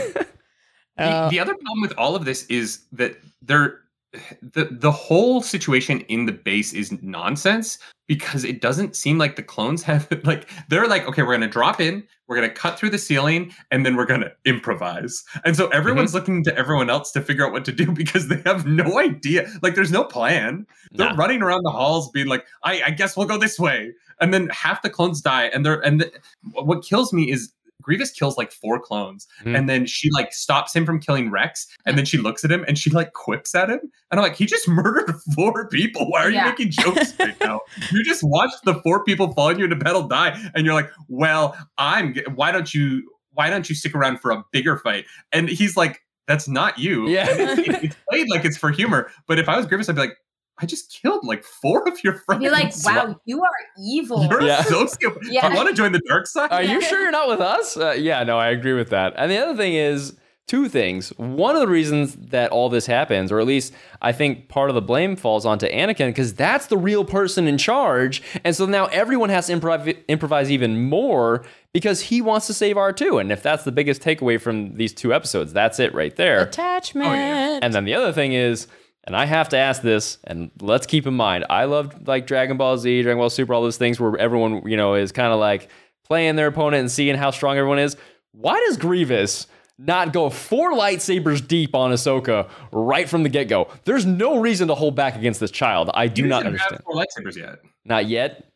The, the other problem with all of this is that they're the the whole situation in the base is nonsense because it doesn't seem like the clones have like they're like okay we're gonna drop in we're gonna cut through the ceiling and then we're gonna improvise and so everyone's looking to everyone else to figure out what to do because they have no idea like there's no plan they're Nah. running around the halls being like I, I guess we'll go this way and then half the clones die and they're and the, what kills me is grievous kills like four clones Mhm. and then she like stops him from killing rex and then she looks at him and she like quips at him and i'm like he just murdered four people why are Yeah. you making jokes right now you just watched the four people following you into battle die and you're like well i'm g- why don't you why don't you stick around for a bigger fight and he's like that's not you Yeah. it, it's played like it's for humor but if i was grievous i'd be like i just killed like four of your friends Be like, wow, you are evil. you're Yeah. a sociopath. Yeah. I want to join the dark side. Are you sure you're not with us? Uh, yeah, no, I agree with that. And the other thing is two things. One of the reasons that all this happens, or at least I think part of the blame falls onto Anakin, because that's the real person in charge. And so now everyone has to improv- improvise even more because he wants to save R2. And if that's the biggest takeaway from these two episodes, that's it right there. Attachment. Oh, And then the other thing is, and I have to ask this, and let's keep in mind, I loved like Dragon Ball Z, Dragon Ball Super, all those things where everyone, you know, is kind of like playing their opponent and seeing how strong everyone is. Why does Grievous not go four lightsabers deep on Ahsoka right from the get go? There's no reason to hold back against this child. I do He not doesn't have understand. four lightsabers yet. Not yet.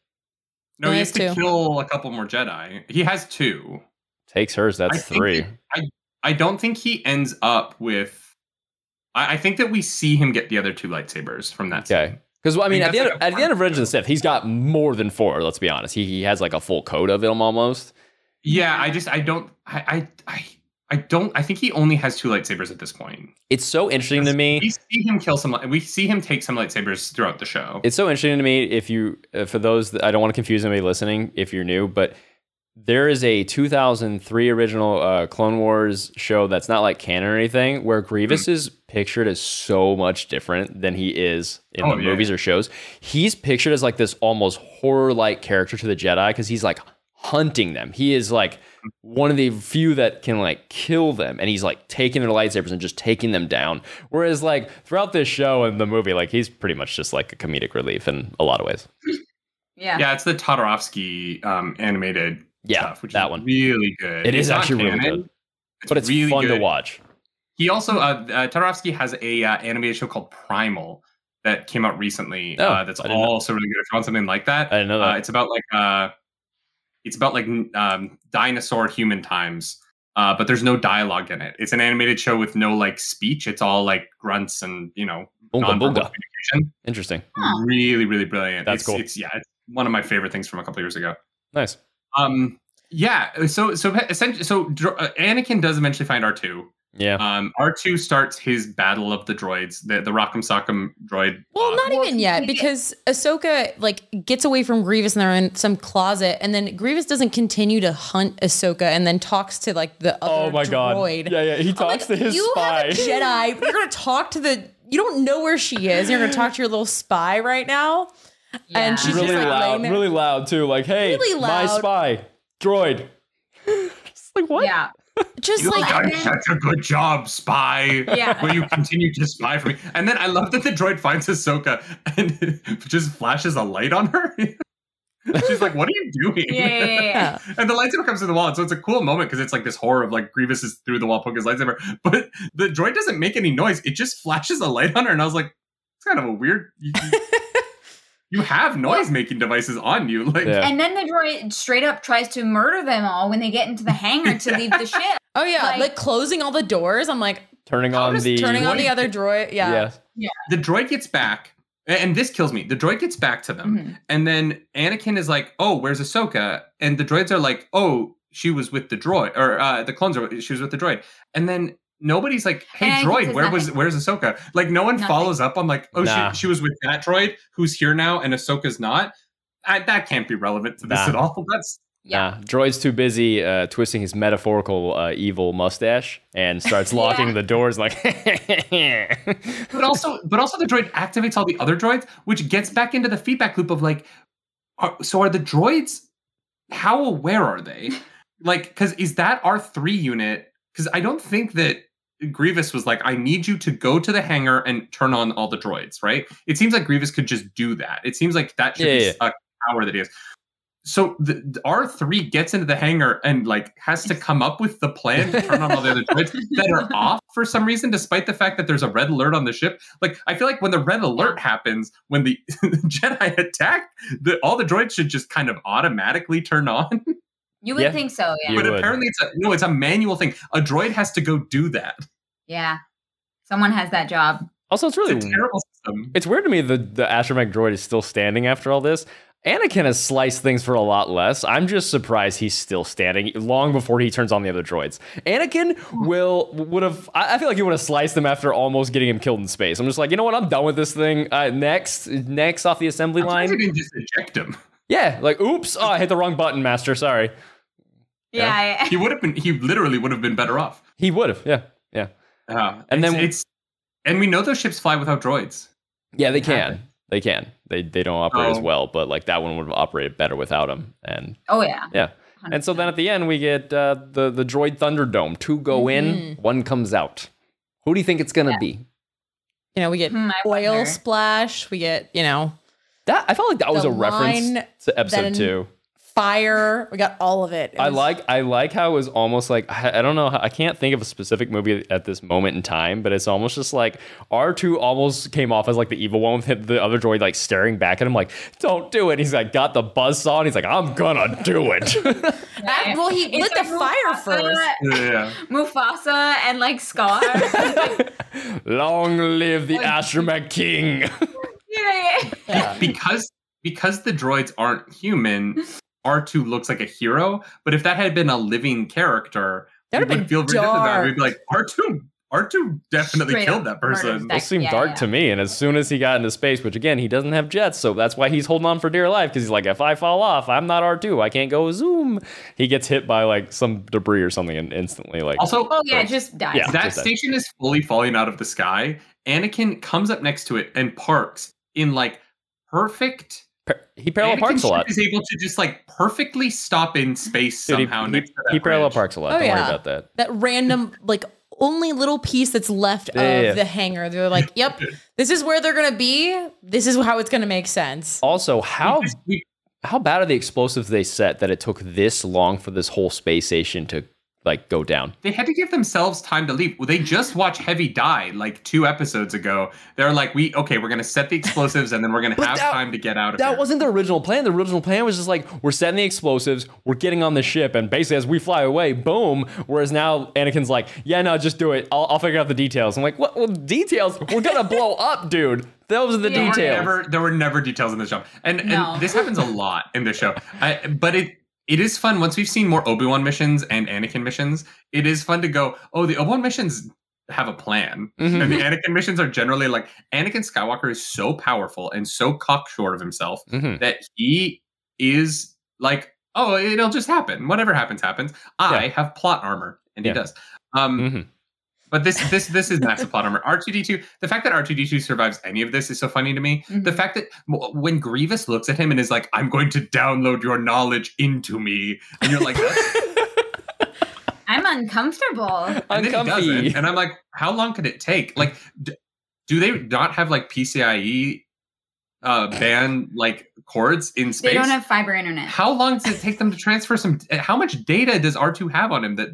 No, No, he he has has to two. kill a couple more Jedi. He has two. Takes hers. I That's think three. he- I, I don't think he ends up with. I, I think that we see him get the other two lightsabers from that. scene. Okay. Because I mean, at the That's end, like a at the end of Revenge of the Sith, he's got more than four. Let's be honest. He, he has like a full coat of them almost. Yeah, I just I don't I I I, I don't I think he only has two lightsabers at this point. It's so interesting to me. We see him kill some. li- We see him take some lightsabers throughout the show. It's so interesting to me. If you, uh, for those, that, I don't want to confuse anybody listening. If you're new, but there is a 2003 original uh, Clone Wars show that's not like canon or anything, where Hmm. Grievous is pictured as so much different than he is in Oh, the yeah. movies or shows. He's pictured as like this almost horror-like character to the Jedi because he's like hunting them. He is like Hmm. one of the few that can like kill them and he's like taking their lightsabers and just taking them down whereas like throughout this show and the movie like he's pretty much just like a comedic relief in a lot of ways Yeah. yeah, it's the Todorovsky um, animated yeah stuff, which that is one really good. it It's is not actually really canon. good but it's really fun good. to watch He also uh, uh, Todorovsky has a uh, animated show called Primal that came out recently. Oh, uh, that's I didn't know. also really good. If you want something like that, i didn't know uh, that it's about like uh, it's about like n- um, dinosaur human times, uh, but there's no dialogue in it. It's an animated show with no like speech. It's all like grunts and you know Boonga, nonverbal boonga. communication. interesting Huh. Really, really brilliant. That's it's, cool. It's yeah, it's one of my favorite things from a couple years ago. nice Um, yeah. So so essentially, so dr- uh, Anakin does eventually find R two. yeah Um, R2 starts his battle of the droids, the, the Rock'em Sock'em droid. Well, uh, not even yet, because Ahsoka like gets away from Grievous and they're in some closet, and then Grievous doesn't continue to hunt Ahsoka, and then talks to like the other oh my droid. god yeah yeah he I'm talks like, to his you spy Have a Jedi, you're gonna talk to the. You don't know where she is. You're gonna talk to your little spy right now, Yeah. and she's really just like loud laying there. really loud too like hey Really my loud. spy droid it's like what Yeah. just You like have done such a good job, spy. Yeah. Will you continue to spy for me? And then I love that the droid finds Ahsoka and just flashes a light on her. She's like, "What are you doing?" Yeah, yeah, yeah, yeah. and the lightsaber comes through the wall, and so it's a cool moment because it's like this horror of like Grievous is through the wall poking his lightsaber, but the droid doesn't make any noise. It just flashes a light on her, and I was like, "It's kind of a weird." You, you have noise making devices on you, like Yeah. And then the droid straight up tries to murder them all when they get into the hangar to leave the ship. oh yeah, like- like, closing all the doors. I'm like turning How on does the turning on Droid- the other droid. Yeah, yeah the droid gets back, a- and this kills me. The droid gets back to them, Mhm. and then Anakin is like, "Oh, where's Ahsoka?" And the droids are like, "Oh, she was with the droid, or uh, the clones are she was with the droid." And then nobody's like, "Hey, And Anakin droid, says where was nothing. where's Ahsoka?" Like no one Nothing. follows up on like, "Oh, Nah. she, she was with that droid who's here now, and Ahsoka's not." I, that can't be relevant to this Nah. at all. That's Yeah. droid's too busy uh, twisting his metaphorical uh, evil mustache and starts locking Yeah. the doors like. but also but also the droid activates all the other droids which gets back into the feedback loop of like are, so are the droids how aware are they like because is that our three unit because i don't think that Grievous was like, I need you to go to the hangar and turn on all the droids, right? It seems like Grievous could just do that. It seems like that should Yeah, be yeah. a power that he has. So the, the R3 gets into the hangar and like has to come up with the plan to turn on all the other droids that are off for some reason, despite the fact that there's a red alert on the ship. Like I feel like when the red alert happens, when the Jedi attack, the, all the droids should just kind of automatically turn on You would Yeah. think so, yeah. You but would. apparently it's a no, it's a manual thing. A droid has to go do that. Yeah. Someone has that job. Also, it's really It's a terrible system. it's weird to me that the astromech droid is still standing after all this. Anakin has sliced things for a lot less. I'm just surprised he's still standing long before he turns on the other droids. Anakin will would have. I I feel like he would have sliced them after almost getting him killed in space. I'm just like, you know what? I'm done with this thing. Uh, next, next off the assembly I'm surprised line. they didn't just eject him. Yeah, like, oops, oh, I hit the wrong button, Master. Sorry. Yeah. Yeah. I- He would have been. He literally would have been better off. He would have. Yeah, yeah, Uh, And it's- then- it's and we know those ships fly without droids. yeah. They can. They can. They they don't operate as Oh. well, but like that one would have operated better without him. And oh, yeah. Yeah. And so then at the end we get uh, the the droid Thunderdome. Two go Mm-hmm. in, one comes out. Who do you think it's gonna be? You know, we get Hmm, I oil wonder. splash. We get you know That I felt like that was The a reference line to episode then- two. fire. We got all of it. It I was- like I like how it was almost like I, I don't know how, I can't think of a specific movie at this moment in time, but it's almost just like R two almost came off as like the evil one with him- the other droid like staring back at him like don't do it. He's like got the buzz saw and he's like I'm gonna do it. That- well, he It's lit like the fire Mufasa- first. Yeah. Mufasa and like Scar. Long live the Astromech King. yeah. yeah. because because the droids aren't human. R2 looks like a hero, but if that had been a living character, we That would've would been feel very different about it. dark. We'd be like, R2, R2 definitely Straight killed up that murders person. that It seemed Yeah, dark yeah. to me. And as soon as he got into space, which again, he doesn't have jets, so that's why he's holding on for dear life because he's like, if I fall off, I'm not R2. I can't go zoom. He gets hit by like some debris or something and instantly, like, Also, Oh, yeah. Just die. Yeah. that just that. station is fully falling out of the sky. Anakin comes up next to it and parks in like perfect. par- he parallel Anakin parks a Ship lot. Is able to just like perfectly stop in space Dude, he- somehow. he, next to that he parallel bridge. parks a lot. Oh, Don't yeah. worry about that. that random like only little piece that's left Yeah, yeah. of the hangar. They're like, yep, this is where they're gonna be. This is how it's gonna make sense. Also, We how just- we- how bad are the explosives they set that it took this long for this whole space station to like go down? they had to give themselves time to leave. Well, they just watched Heavy die like two episodes ago. They're like, we okay, we're gonna set the explosives and then we're gonna But have that- time to get out of That here. wasn't the original plan. The original plan was just like we're setting the explosives, we're getting on the ship, and basically as we fly away, boom. Whereas now Anakin's like, yeah, no, just do it. I'll, I'll figure out the details. I'm like, what? Well, details? We're gonna blow up, dude. Those are the Yeah. There We're were details. never- there were never details in this show, and No. and this happens a lot in this show. I, but it it is fun once we've seen more Obi Wan missions and Anakin missions. It is fun to go. Oh, the Obi Wan missions have a plan, Mhm. and the Anakin missions are generally like Anakin Skywalker is so powerful and so cocksure of himself Mhm. that he is like, oh, it'll just happen. Whatever happens, happens. I have plot armor, and Yeah. he does. Um, Mhm. but this this this is massive plot armor. R two D two. The fact that R two D two survives any of this is so funny to me. The Mhm. fact that w- when Grievous looks at him and is like, "I'm going to download your knowledge into me," and you're like, "That's I'm uncomfortable. and then he Uncomfy. doesn't. And I'm like, "How long could it take? Like, d- do they not have like PCIe E, uh, band like cords in space? They don't have fiber internet. how long does it take them to transfer some? How much data does R two have on him that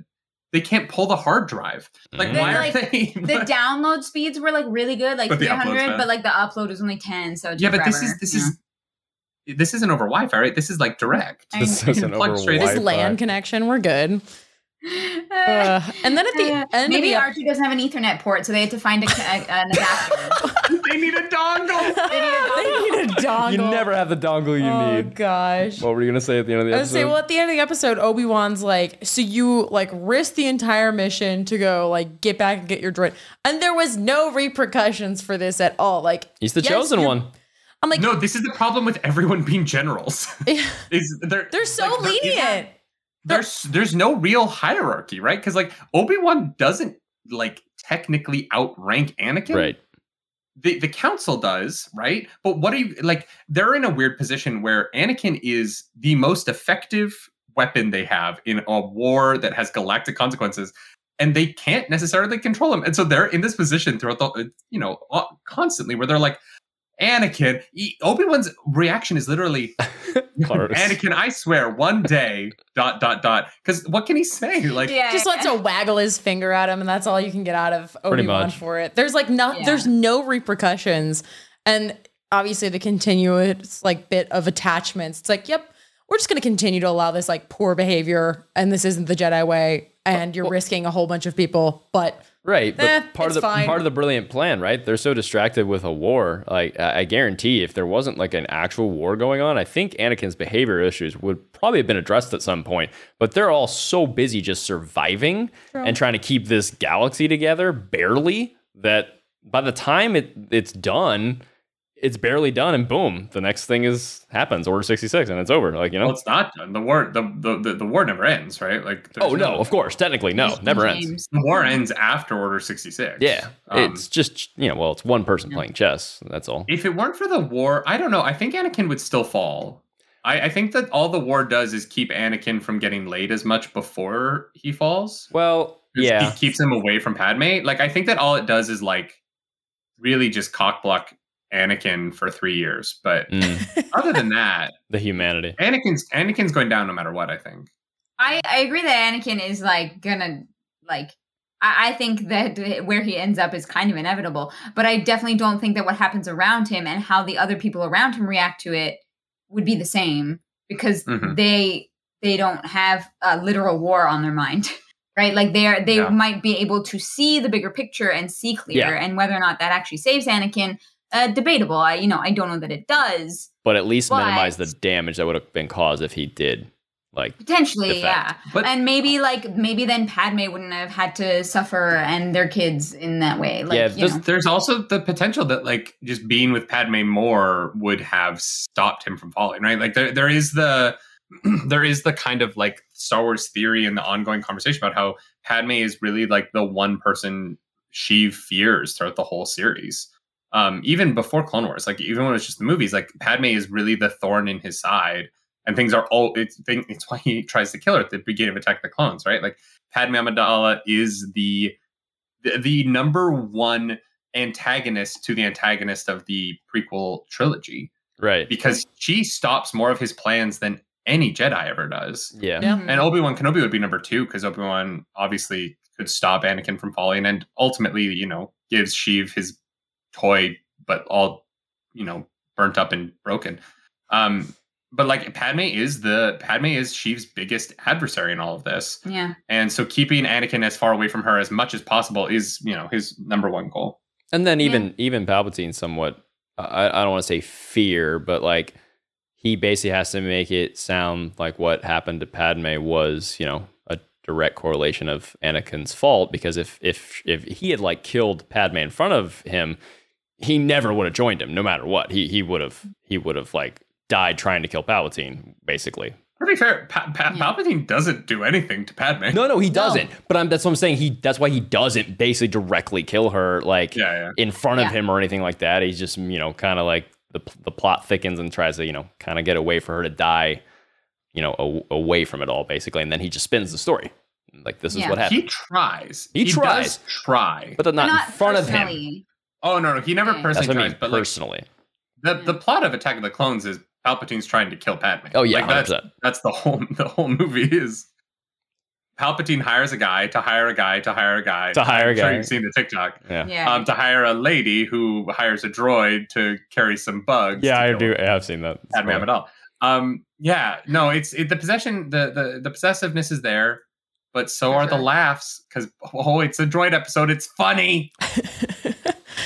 they can't pull the hard drive? Like, Mhm. why They're are like- they? the download speeds were like really good, like But the upload's 300, bad. but like the upload was only 10. So it yeah, took but this forever, is this you know? is this isn't over Wi-Fi, right? This is like direct. I This isn't Plug over straight- This Wi-Fi. land connection, we're good. Uh, and then at the end Maybe of R two doesn't have an Ethernet port, so they had to find a, a- an adapter. they need a dongle. the they need a dongle. You never have the dongle you Oh need. gosh. What were you gonna say at the end of the I episode? was gonna say, well, at the end of the episode, Obi Wan's like, so you like risk the entire mission to go like get back and get your droid, and there was no repercussions for this at all. Like He's the yes, chosen you're- one. I'm like, No, this is the problem with everyone being generals. is they're they're so like, there isn't- lenient. There's there's no real hierarchy, right? Because like Obi Wan doesn't like technically outrank Anakin. Right. The the council does, right? But what are you like? They're in a weird position where Anakin is the most effective weapon they have in a war that has galactic consequences. and they can't necessarily control him. And so they're in this position throughout the, you know, uh, constantly where they're like, Anakin, he, Obi Wan's reaction is literally, Clarus. Anakin, I swear, one day, dot, dot, dot. Because what can he say? Like, yeah, just lets a waggle his finger at him, and that's all you can get out of Pretty Obi Wan much. for it. There's like no, Yeah. there's no repercussions, and obviously the continuous like bit of attachments. It's like, yep, we're just gonna continue to allow this like poor behavior, and this isn't the Jedi way, and you're risking a whole bunch of people. But Right, but Eh, part of the it's fine. part of the brilliant plan, right? They're so distracted with a war. Like I I guarantee, if there wasn't like an actual war going on, I think Anakin's behavior issues would probably have been addressed at some point. But they're all so busy just surviving and trying to keep this galaxy together, barely. That by the time it it's done, it's barely done, and boom, the next thing is happens. Order sixty six, and it's over. Like you know. well, it's not done. The war, the, the, the, the war never ends, right? Like, there's oh no, of course, technically no, never ends. James. The war ends after Order Mm-hmm. 66. Yeah, Um, it's just you know, well, it's one person playing chess. That's all. If it weren't for the war, I don't know. I think Anakin would still fall. I, I think that all the war does is keep Anakin from getting laid as much before he falls. Well, yeah, It keeps him away from Padme. Like, I think that all it does is, like, really just cockblock Anakin for three years. But Mm, other than that, the humanity. Anakin's Anakin's going down no matter what, I think. I, I agree that Anakin is like gonna like I, I think that where he ends up is kind of inevitable, but I definitely don't think that what happens around him and how the other people around him react to it would be the same because Mm-hmm. Hmm. Mhm. they they don't have a literal war on their mind. Right, like they are, they Yeah. might be able to see the bigger picture and see clear, and whether or not that actually saves Anakin, uh, debatable. I, you know, I don't know that it does But at least But- minimize the damage that would have been caused if he did. Like, potentially. Effect. Yeah, But and maybe like maybe then Padme wouldn't have had to suffer and their kids in that way. Like Yeah, you this- know. there's also the potential that like just being with Padme more would have stopped him from falling, right? Like there there is the there is the kind of like Star Wars theory and the ongoing conversation about how Padme is really like the one person she fears throughout the whole series. Um, even before Clone Wwars, like even when it was just the movies, like Padme is really the thorn in his side, and things are all it's thing, it's why he tries to kill her at the beginning of Attack of the Clones, right? Like Padme Amidala is the the, the number one antagonist to the antagonist of the prequel trilogy right? because she stops more of his plans than any Jedi ever does. Yeah, Yeah. And Obi Wan Kenobi would be number two because Obi Wan obviously could stop Anakin from falling and ultimately, you know, gives Sheev his toy, but all, you know, burnt up and broken. Um, but like Padme is the Padme is Sheev's biggest adversary in all of this. yeah, And so keeping Anakin as far away from her as much as possible is, you know, his number one goal. and then even even Palpatine somewhat. I, I don't want to say fear, but like he basically has to make it sound like what happened to Padme was, you know, a direct correlation of Anakin's fault. Because if if if he had like killed Padme in front of him, he never would have joined him, no matter what. He he would have he would have like died trying to kill Palpatine, basically. To be fair, pa- pa- Yeah. Palpatine doesn't do anything to Padme. No, no, he doesn't. But I'm that's what I'm saying. He that's why he doesn't basically directly kill her like Yeah, yeah. in front of Yeah. him or anything like that. He's just you know kind of like the the plot thickens and tries to you know kind of get away for her to die, you know, a, away from it all basically, and then he just spins the story. Like this is Yeah. what happened, He tries. He does tries. try. but not, in front of him. personally. Oh no, no, he never Yeah. That's personally what I tries. mean but like personally. the, the plot of Attack of the Clones is Palpatine's trying to kill Padme. oh yeah, like, that's 100%. that's the whole the whole movie is. Palpatine hires a guy to hire a guy to hire a guy To hire a I'm sure guy. You've seen the TikTok. yeah, Yeah, Um, to hire a lady who hires a droid to carry some bugs. yeah, to I kill do. I've seen that. It's Padme funny. Amidala. Um, yeah, no, it's it, the possession, the, the the possessiveness is there, but so For are the sure. laughs because oh, it's a droid episode. It's funny. Yeah.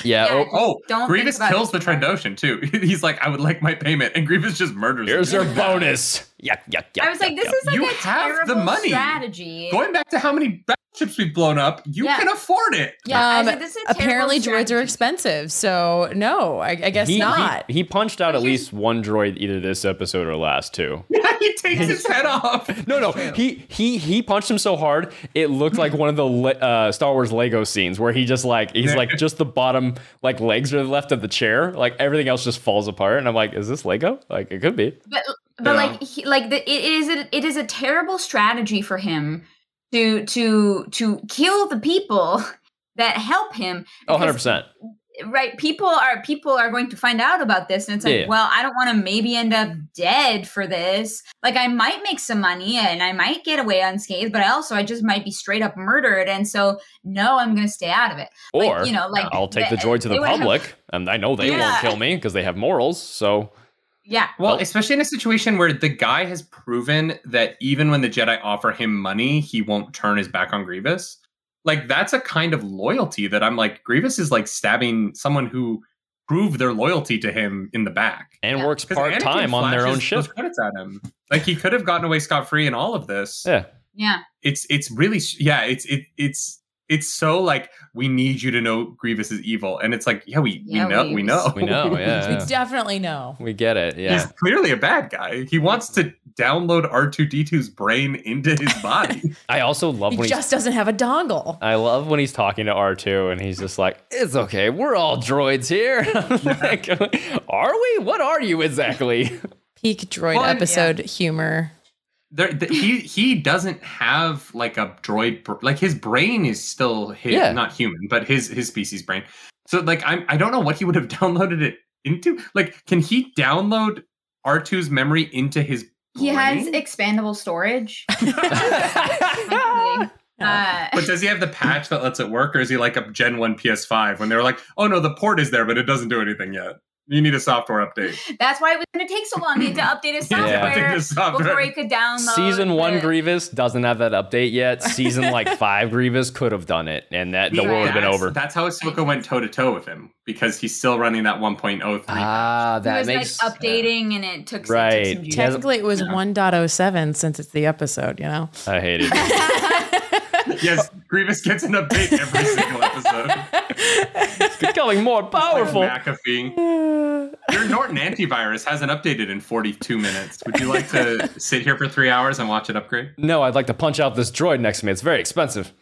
Yeah, oh, just Oh, don't think Grievous about kills it the too much. Trandoshan too. He's like, I would like my payment, and Grievous just murders. here's him. your bonus. Yuck, yuck, yuck. I was like, yuck, this yuck. is like You a have the terrible money. strategy. Going back to how many battleships we've blown up, you Yeah. can afford it. yeah, I was Um, like, this is a terrible apparently droids strategy. are expensive, so no, I, I guess He- he- not. He, punched out at here's- least one droid either this episode or last two. he takes his head off. No, no, he he he punched him so hard it looked like one of the le- uh, Star Wars Lego scenes where he just like he's like just the bottom like legs are left of the chair, like everything else just falls apart, and I'm like, is this Lego? Like it could be. but Yeah. but like he, like the, it is a, it is a terrible strategy for him to to to kill the people that help him. Oh, because 100%. right people are people are going to find out about this and it's like Yeah. well i don't want to maybe end up dead for this like i might make some money and i might get away unscathed but i also i just might be straight up murdered and so no i'm gonna stay out of it like, Or you know like I'll take the joy to they the would have- public, and I know they won't Yeah. kill me because they have morals. So yeah Well, Oh. especially in a situation where the guy has proven that even when the Jedi offer him money, he won't turn his back on Grievous. Like that's a kind of loyalty that I'm like Grievous is like stabbing someone who proved their loyalty to him in the back. and Yeah. works 'Cause part Anakin time on their flashes own those ship. Credits at him. Like he could have gotten away scot free in all of this. Yeah, yeah It's it's really sh- yeah. It's it it's it's so like we need you to know Grievous is evil, and it's like yeah we Yeah, we know we- we know we know. Yeah, We yeah. definitely know. we get it. He's Yeah, clearly a bad guy. He wants to download R2D2's brain into his body. I also love He when he's. just doesn't have a dongle. I love when he's talking to R2 and he's just like, it's okay, we're all droids here. Like, are we? What are you exactly? Peak droid Well, and- episode humor. there, th- he he doesn't have like a droid br- like his brain is still his, Yeah. not human, but his his species brain. So like I'm I don't know what he would have downloaded it into. Like can he download R2's memory into his he has brain? expandable storage yeah, thankfully. uh, but does he have the patch that lets it work, or is he like a Gen 1 PS5 when they were like, oh no, the port is there, but it doesn't do anything yet. You need a software update. that's why it was gonna take so long he had to update his You need to Yeah. software update the software. before he could download Season one the- Grievous doesn't have that update yet. Season like five Grievous could have done it, and that the Yeah, world would have been that's- over. That's how Ahsoka went toe to toe with him because he's still running that 1.03. Ah, he that was makes like updating and it took it took Right. some He juice. has- Technically, it was 1.07 since it's the episode, you know? I hate it. yes, Grievous gets an update every single episode. It's becoming more powerful. Like McAfee. Your Norton antivirus hasn't updated in 42 minutes. Would you like to sit here for three hours and watch it upgrade? No, I'd like to punch out this droid next to me. It's very expensive.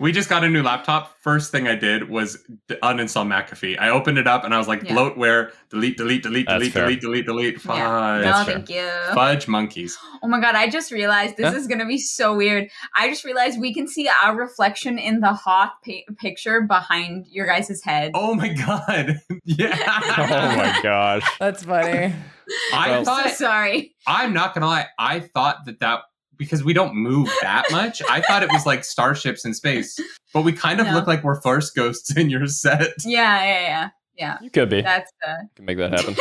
We just got a new laptop. First thing I did was d- uninstall McAfee. I opened it up and I was like, Yeah. bloatware, delete, delete, delete, That's delete, fair. delete, delete, delete. Fudge. Yeah. No, That's fair. thank you. Fudge monkeys. Oh my god, I just realized this Huh? is gonna be so weird. I just realized we can see our reflection in the hot pa- picture behind your guys' head. Oh my god. Oh yeah. my gosh. That's funny. I Well- I'm thought so sorry. I'm not gonna lie. I thought that that because we don't move that much. I thought it was like starships in space, but we kind of No. look like we're force ghosts in your set. Yeah, yeah, yeah. You could be. Yeah. You That's uh can make that happen.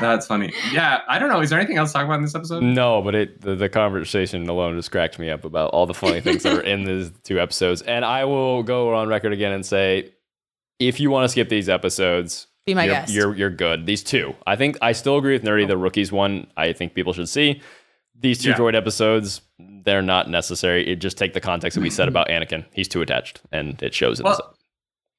That's funny. Yeah, I don't know. Is there anything else to talk about in this episode? No, but it the, the conversation alone just cracked me up about all the funny things that are in these two episodes. And I will go on record again and say, if you want to skip these episodes, Be my you're, guest. you're you're good. These two, I think I still agree with Nerdy. The rookies one, I think people should see. These two Yeah. droid episodes, they're not necessary. It just take the context that we said about Anakin. He's too attached, and it shows. in this. Well,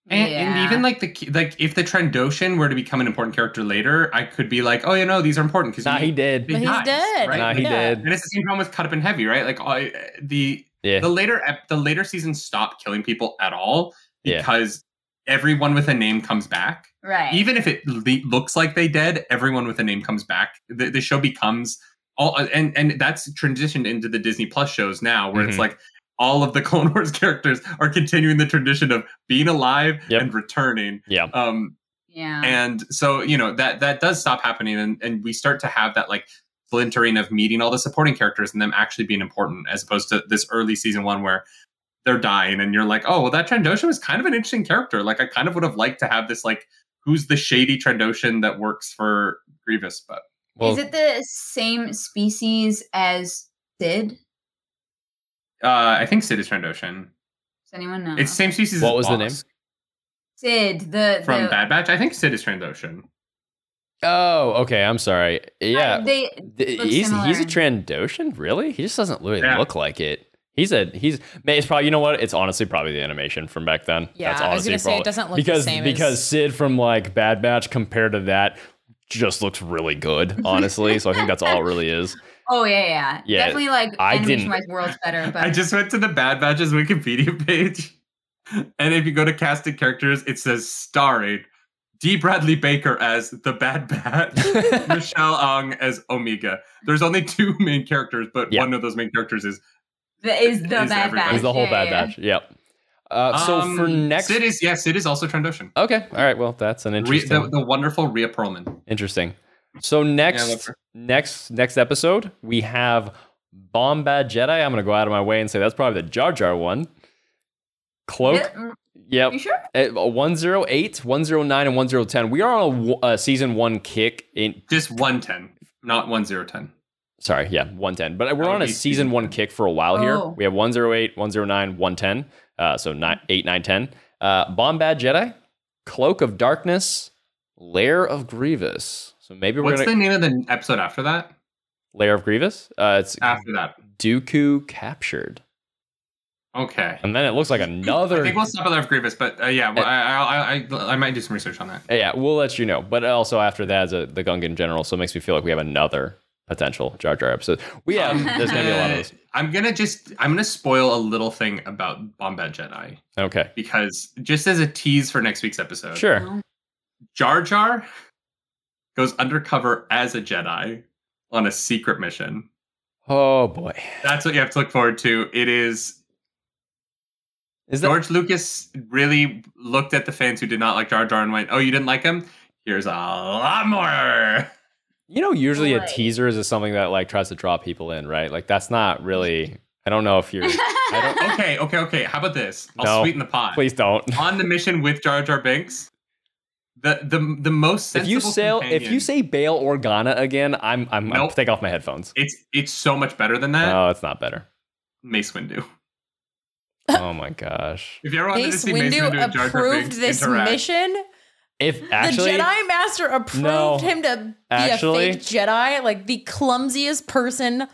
And, and Yeah. even like the ki- like if the Trendoshan were to become an important character later, I could be like, oh, you know, these are important because nah, he did. But he's dead. Right? Nah, he Like- Yeah. did. And it's the same problem with Cut Up and Heavy, right? Like I the the Yeah, later ep- the later seasons stop killing people at all Yeah. because everyone with a name comes back. right. even if it le- looks like they dead everyone with a name comes back the, the show becomes all uh, and and that's transitioned into the disney plus shows now where Mhm. it's like all of the clone wars characters are continuing the tradition of being alive Yep. and returning yeah. um yeah. and so you know that that does stop happening and and we start to have that like splintering of meeting all the supporting characters and them actually being important as opposed to this early season one where they're dying and you're like oh well that trandoshan was kind of an interesting character like i kind of would have liked to have this like who's the shady trandoshan that works for grievous but Well, is it the same species as Sid? Does uh i think sid is trandoshan anyone know? it's the same species What was as the Voss Sid, the from the, bad batch i think sid is trandoshan oh, okay. I'm sorry. Yeah, They Th- Looks he's he's a similar. Trandoshan, really? He just doesn't really Yeah. look like it. He's a he's man, it's probably you know what? It's honestly probably the animation from back then. Yeah, That's I was honestly gonna say probably- it doesn't look because the same because as Sid from like Bad Batch compared to that just looks really good, honestly. so I think that's all it really is. Oh yeah, yeah, Yeah, Definitely like I didn't- animation wise world's better, but I just went to the Bad Batch's Wikipedia page, and if you go to casted characters, it says starring D. Bradley Baker as the Bad Batch, Michelle Ong as Omega. There's only two main characters, but Yeah. one of those main characters is That is the Is bad everybody. batch. Is the whole Yeah, bad yeah, yeah. batch. Yep. Uh, so for Um, next, Sid is yes, Sid is also Trend Ocean. okay, all right. Well, that's an Rhea- interesting, the, the wonderful Rhea Perlman. interesting. So love next, her. next, next episode we have Bombad Jedi. I'm gonna go out of my way and say that's probably the Jar Jar one. Cloak. Mm, Yep. Eh, You sure? At 108, 109, and 1010. We are on a w- uh, season one kick in. Just one ten, not one zero ten. Sorry, yeah, 110. But we're That would on a be season season one one. kick for a while here. Oh. We have 108, 109, 110. Uh, so nine, 8, 9, 10. Uh, Bombad Jedi, Cloak of Darkness, Lair of Grievous. So maybe we're What's going to. the name of the episode after that? Lair of Grievous? Uh, it's After that, Dooku Captured. okay. And then it looks like another. Eh. I think we'll stop at Love Grievous, but uh, yeah, well, I, I, I, I might do some research on that. yeah, we'll let you know. But also after that is a, the Gungan General. So it makes me feel like we have another potential Jar Jar episode. We have. Oh. There's going to be a lot of those. I'm gonna just I'm gonna spoil a little thing about Bombad Jedi Okay. because just as a tease for next week's episode, Sure. No. Jar Jar goes undercover as a Jedi on a secret mission. Oh boy. That's what you have to look forward to. It is Is that George Lucas really looked at the fans who did not like Jar Jar and went, "Oh, you didn't like him? Here's a lot more." you know usually a Right. teaser is something that like tries to draw people in, right? Like that's not really I don't know if you're I don't Okay, okay, okay. How about this? I'll No. sweeten the pot. please don't. on the mission with Jar Jar Binks, the the the most If sensible you say if companion- you say Bail Organa again, I'm I'm I'll Nope. take off my headphones. it's it's so much better than that, Oh, it's not better. Mace Windu. Oh my gosh. If you ever wanted to Mace see Mace Windu Windu and Jar Jar approved Binks this interact, mission. If actually the Jedi Master approved No. him to be Actually- a fake Jedi, like the clumsiest person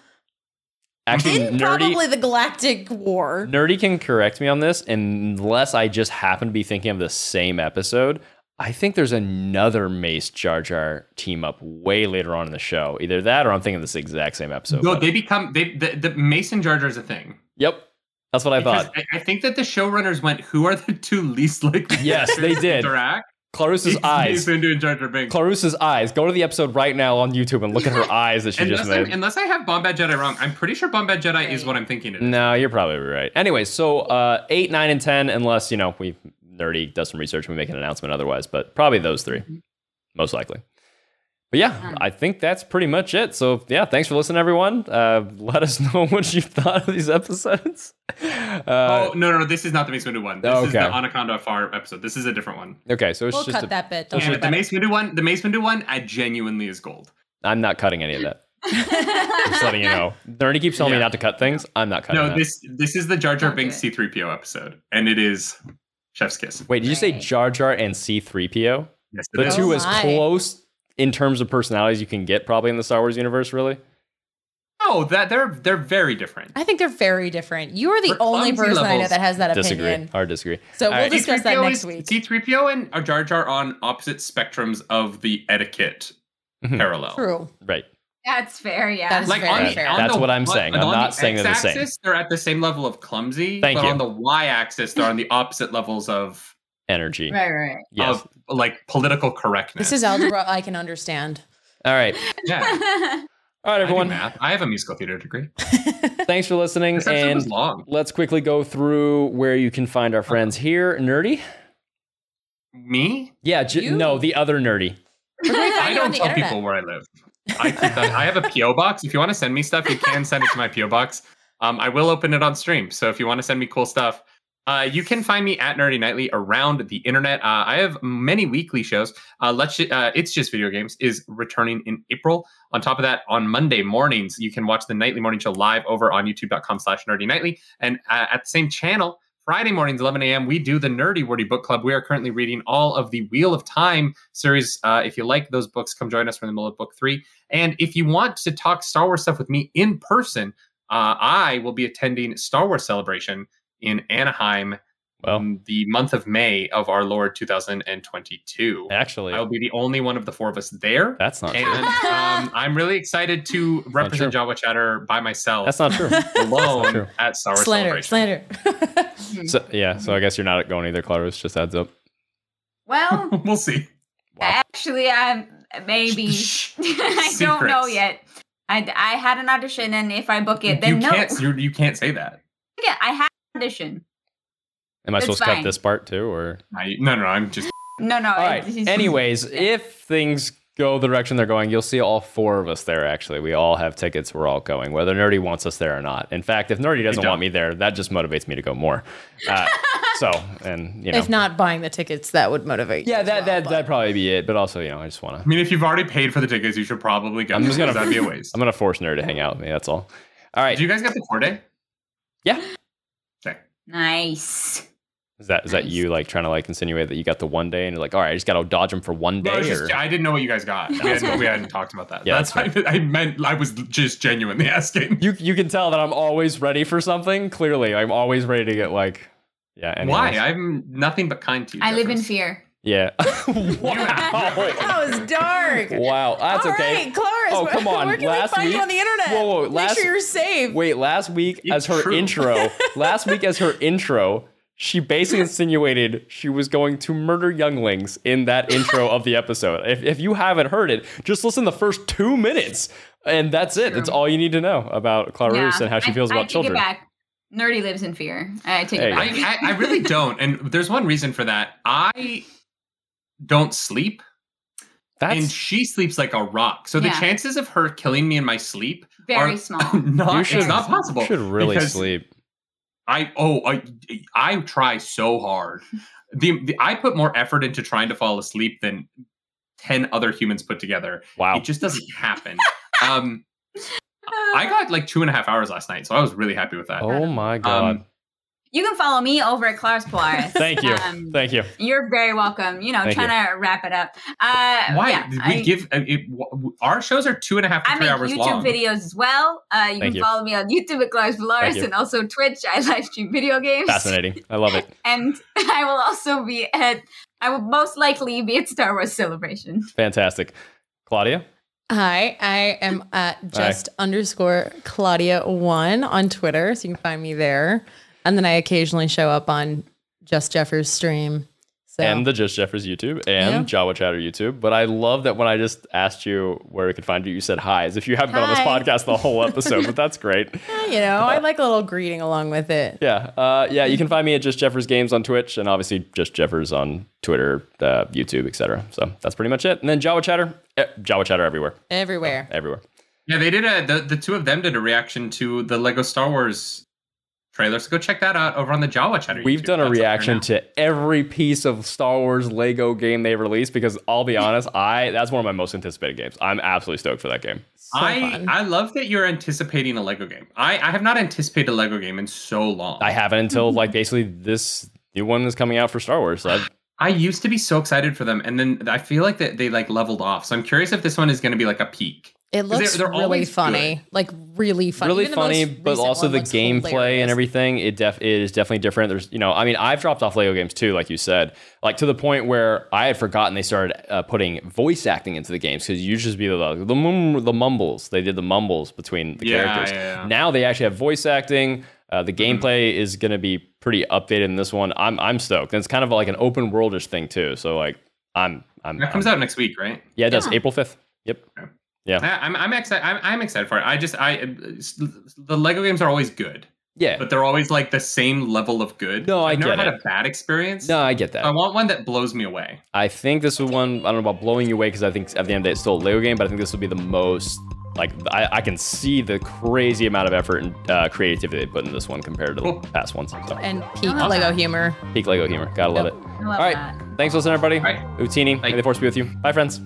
actually in nerdy probably the Galactic War. Nerdy can correct me on this unless I just happen to be thinking of the same episode. I think there's another Mace Jar Jar team up way later on in the show. Either that or I'm thinking of this exact same episode. no, but- they become they the, the Mace and Jar Jar is a thing. Yep. That's what I Because thought. I, I think that the showrunners went, "Who are the two least likely?" Yes, they characters to did. Interact. Clarissa's It's eyes. Mace Windu and Jar Jar Binks. Clarissa's eyes. Go to the episode right now on YouTube and look at her eyes that she just unless, I'm, made. unless I have Bombad Jedi wrong, I'm pretty sure Bombad Jedi is what I'm thinking it is. No, you're probably right. Anyway, so uh, eight, nine, and ten, unless you know we nerdy does some research and we make an announcement otherwise, but probably those three, most likely. But Hmm. yeah, I think that's pretty much it. So yeah, thanks for listening, everyone. Uh, let us know what you thought of these episodes. Uh, Oh no, no, no! This is not the Mace Windu one. This Oh, is the okay. Anaconda Far episode. This is a different one. Okay, so it's We'll just cut a, that bit. Don't Yeah, worry but the about it. Mace Windu one, the Mace Windu one, I genuinely is gold. I'm not cutting any of that. Just letting you know. Nerdy keeps telling me Yeah. not to cut things. I'm not cutting. no, that. this this is the Jar Jar Don't do Binks it. C3PO episode, and it is Chef's Kiss. Wait, did you say Right. Jar Jar and C3PO? Yes, it The is. two Oh as my. close in terms of personalities you can get probably in the Star Wars universe, really? No, Oh, that they're they're very different. I think they're very different. You are the For only clumsy person I know levels, that has that Disagree. opinion. Hard disagree. So we'll Uh, Alright. discuss that C3PO next is- week. C3PO and our Jar Jar are on opposite spectrums of the etiquette Mhm. parallel. True. Right. That's fair. Yeah. That is Like Very on the, fair. on That's the what I'm one- saying. I'm on not the saying they're the same. x-axis, They're at the same level of clumsy, Thank but you. on the y-axis, they're on the opposite levels of Energy. right, right, right. Yes. of like political correctness. This is algebra I can understand. All right. yeah. All right, Everyone, I, do everyone. math. I have a musical theater degree. Thanks for listening. This episode was And long. let's quickly go through where you can find our friends here. Nerdy? Me? Yeah. J- You? no, the other nerdy. Where can we find I you on don't the tell internet? people where I live. I, keep that- I have a PO box. If you want to send me stuff, you can send it to my PO box. Um, I will open it on stream. So if you want to send me cool stuff, uh, you can find me at Nerdy Nightly around the internet. Uh, I have many weekly shows. Uh, Let's Ju- uh, it's just video games is returning in April. On top of that, on Monday mornings you can watch the Nightly Morning Show live over on YouTube.com/slash Nerdy Nightly, and uh, at the same channel. Friday mornings, 11 a.m., we do the Nerdy Wordy Book Club. We are currently reading all of the Wheel of Time series. Uh, if you like those books, come join us. We're in the middle of book three. And if you want to talk Star Wars stuff with me in person, uh, I will be attending Star Wars Celebration in Anaheim Well, um, the month of May of our Lord 2022. actually, I will be the only one of the four of us there. that's not And true. um, I'm really excited to represent Jawa Chatter by myself That's not true. That's not true. alone at Star Wars Slander, Celebration. slander. So, yeah, so I guess you're not going either, Clarus. Just adds up. Well, we'll see. Wow. actually, I'm maybe. Shh. I don't know Secrets. yet. I, I had an audition, and if I book it, then you no. can't you, you can't say that. Yeah, I had an audition. Am I It's supposed to cut fine. this part too, or? I, no, no, I'm just No, no. All I- right. this is- Anyways, if things go the direction they're going, you'll see all four of us there. Actually, we all have tickets. We're all going, whether Nerdy wants us there or not. In fact, if Nerdy doesn't don't. want me there, that just motivates me to go more. Uh, so, and you know, If not buying the tickets, that would motivate. you yeah, as that well, that but- that'd probably be it. But also, you know, I just want I to. mean, if you've already paid for the tickets, you should probably go. I'm just gonna- 'cause that'd be a waste. I'm gonna force Nerd to hang out with me. That's all. All right. Do you guys get the four day? yeah. Okay. Nice. Is that is that you like trying to like insinuate that you got the one day and you're like, all right, I just got to dodge him for one No, I, day? was or? just, I didn't know what you guys got. We hadn't, we hadn't talked about that. Yeah, that's that's why I meant I was just genuinely asking. you you can tell that I'm always ready for something. Clearly, I'm always ready to get like, yeah. Anyways. Why? I'm nothing but kind to you. I live in Jeffers. fear. Yeah. Oh, wow. That was dark. wow. That's All okay. right, Cloris. Oh, where- come on. Where can Last we find week- you on the internet? Whoa, whoa, Make last- sure you're safe. Wait, last week It's as her true. intro, last week as her intro, she basically insinuated she was going to murder younglings in that intro of the episode. If, if you haven't heard it, just listen the first two minutes, and that's it. That's all you need to know about Clarus and how she I- feels I about take children. It back. Nerdy lives in fear. I take Hey. it back. I, I, I really don't. And there's one reason for that. I don't sleep, and That's she sleeps like a rock. So the Yeah. chances of her killing me in my sleep Very are small. Not, you it's should not possible. you should really because sleep. I oh I I try so hard. The, the I put more effort into trying to fall asleep than ten other humans put together. Wow. It just doesn't happen. um, I got like two and a half hours last night, so I was really happy with that. Oh my god. Um, you can follow me over at Claris Polaris. Thank you. Um, Thank you. You're very welcome. You know, Thank trying to wrap it up. Uh, Why yeah, Did we I- give uh, it, w- our shows are two and a half to I three make hours YouTube long? videos as well. Uh, you Thank can you. follow me on YouTube at Claris Polaris you. and also Twitch. I live stream video games. Fascinating. I love it. And I will also be at, I will most likely be at Star Wars Celebration. Fantastic. Claudia? Hi, I am at just underscore Claudia one on Twitter, so you can find me there. And then I occasionally show up on Just Jeffers stream. So and the Just Jeffers YouTube and Jawa Chatter YouTube. But I love that when I just asked you where we could find you, you said hi, as if you haven't been on this Hi. podcast the whole episode. but that's great. you know, I like a little greeting along with it. Yeah, uh, yeah. You can find me at Just Jeffers Games on Twitch, and obviously Just Jeffers on Twitter, uh, YouTube, etc. So that's pretty much it. And then Jawa Chatter, eh, Jawa Chatter everywhere, Everywhere. everywhere. Yeah, they did a the, the two of them did a reaction to the Lego Star Wars trailer. So go check that out over on the Jawa Chatter. We've YouTube. done a That's up there reaction now. to every piece of Star Wars Lego game they released because I'll be honest, I that's one of my most anticipated games. I'm absolutely stoked for that game. So I fun. I love that you're anticipating a Lego game. I I have not anticipated a Lego game in so long. I haven't until Mm-hmm. like basically this new one is coming out for Star Wars. So I've- I used to be so excited for them, and then I feel like that they like leveled off. So I'm curious if this one is going to be like a peak. it they're- looks they're really always funny. Like really funny. really Even the most funny, but recent also one the looks gameplay and hilarious. everything. It def it is definitely different. There's you know, I mean, I've dropped off Lego games too, like you said, like to the point where I had forgotten they started uh, putting voice acting into the games because you used to just be the the, mum, the mumbles. They did the mumbles between the Yeah, characters. yeah, yeah. Now they actually have voice acting. Uh, the Mm-hmm. gameplay is going to be pretty updated in this one. I'm I'm stoked. And it's kind of like an open worldish thing too. So like I'm I'm, That comes I'm- out next week, right? yeah, it does Yeah. April fifth. Yep. Uh, I, I'm I'm excited. I'm, I'm excited for it. I just I the Lego games are always good, Yeah. but they're always like the same level of good. No, I I've never get it. had a bad experience. No, I get that. I want one that blows me away. I think this was one. I don't know about blowing you away because I think at the end of the day it's still a Lego game, but I think this will be the most like I, I can see the crazy amount of effort and uh, creativity they put into this one compared to the Cool. past ones. So, and peak Lego humor. peak Lego humor, gotta love it. I love All right, that. thanks for listening, everybody. Bye. Utini, may Bye. the force be with you. Bye, friends.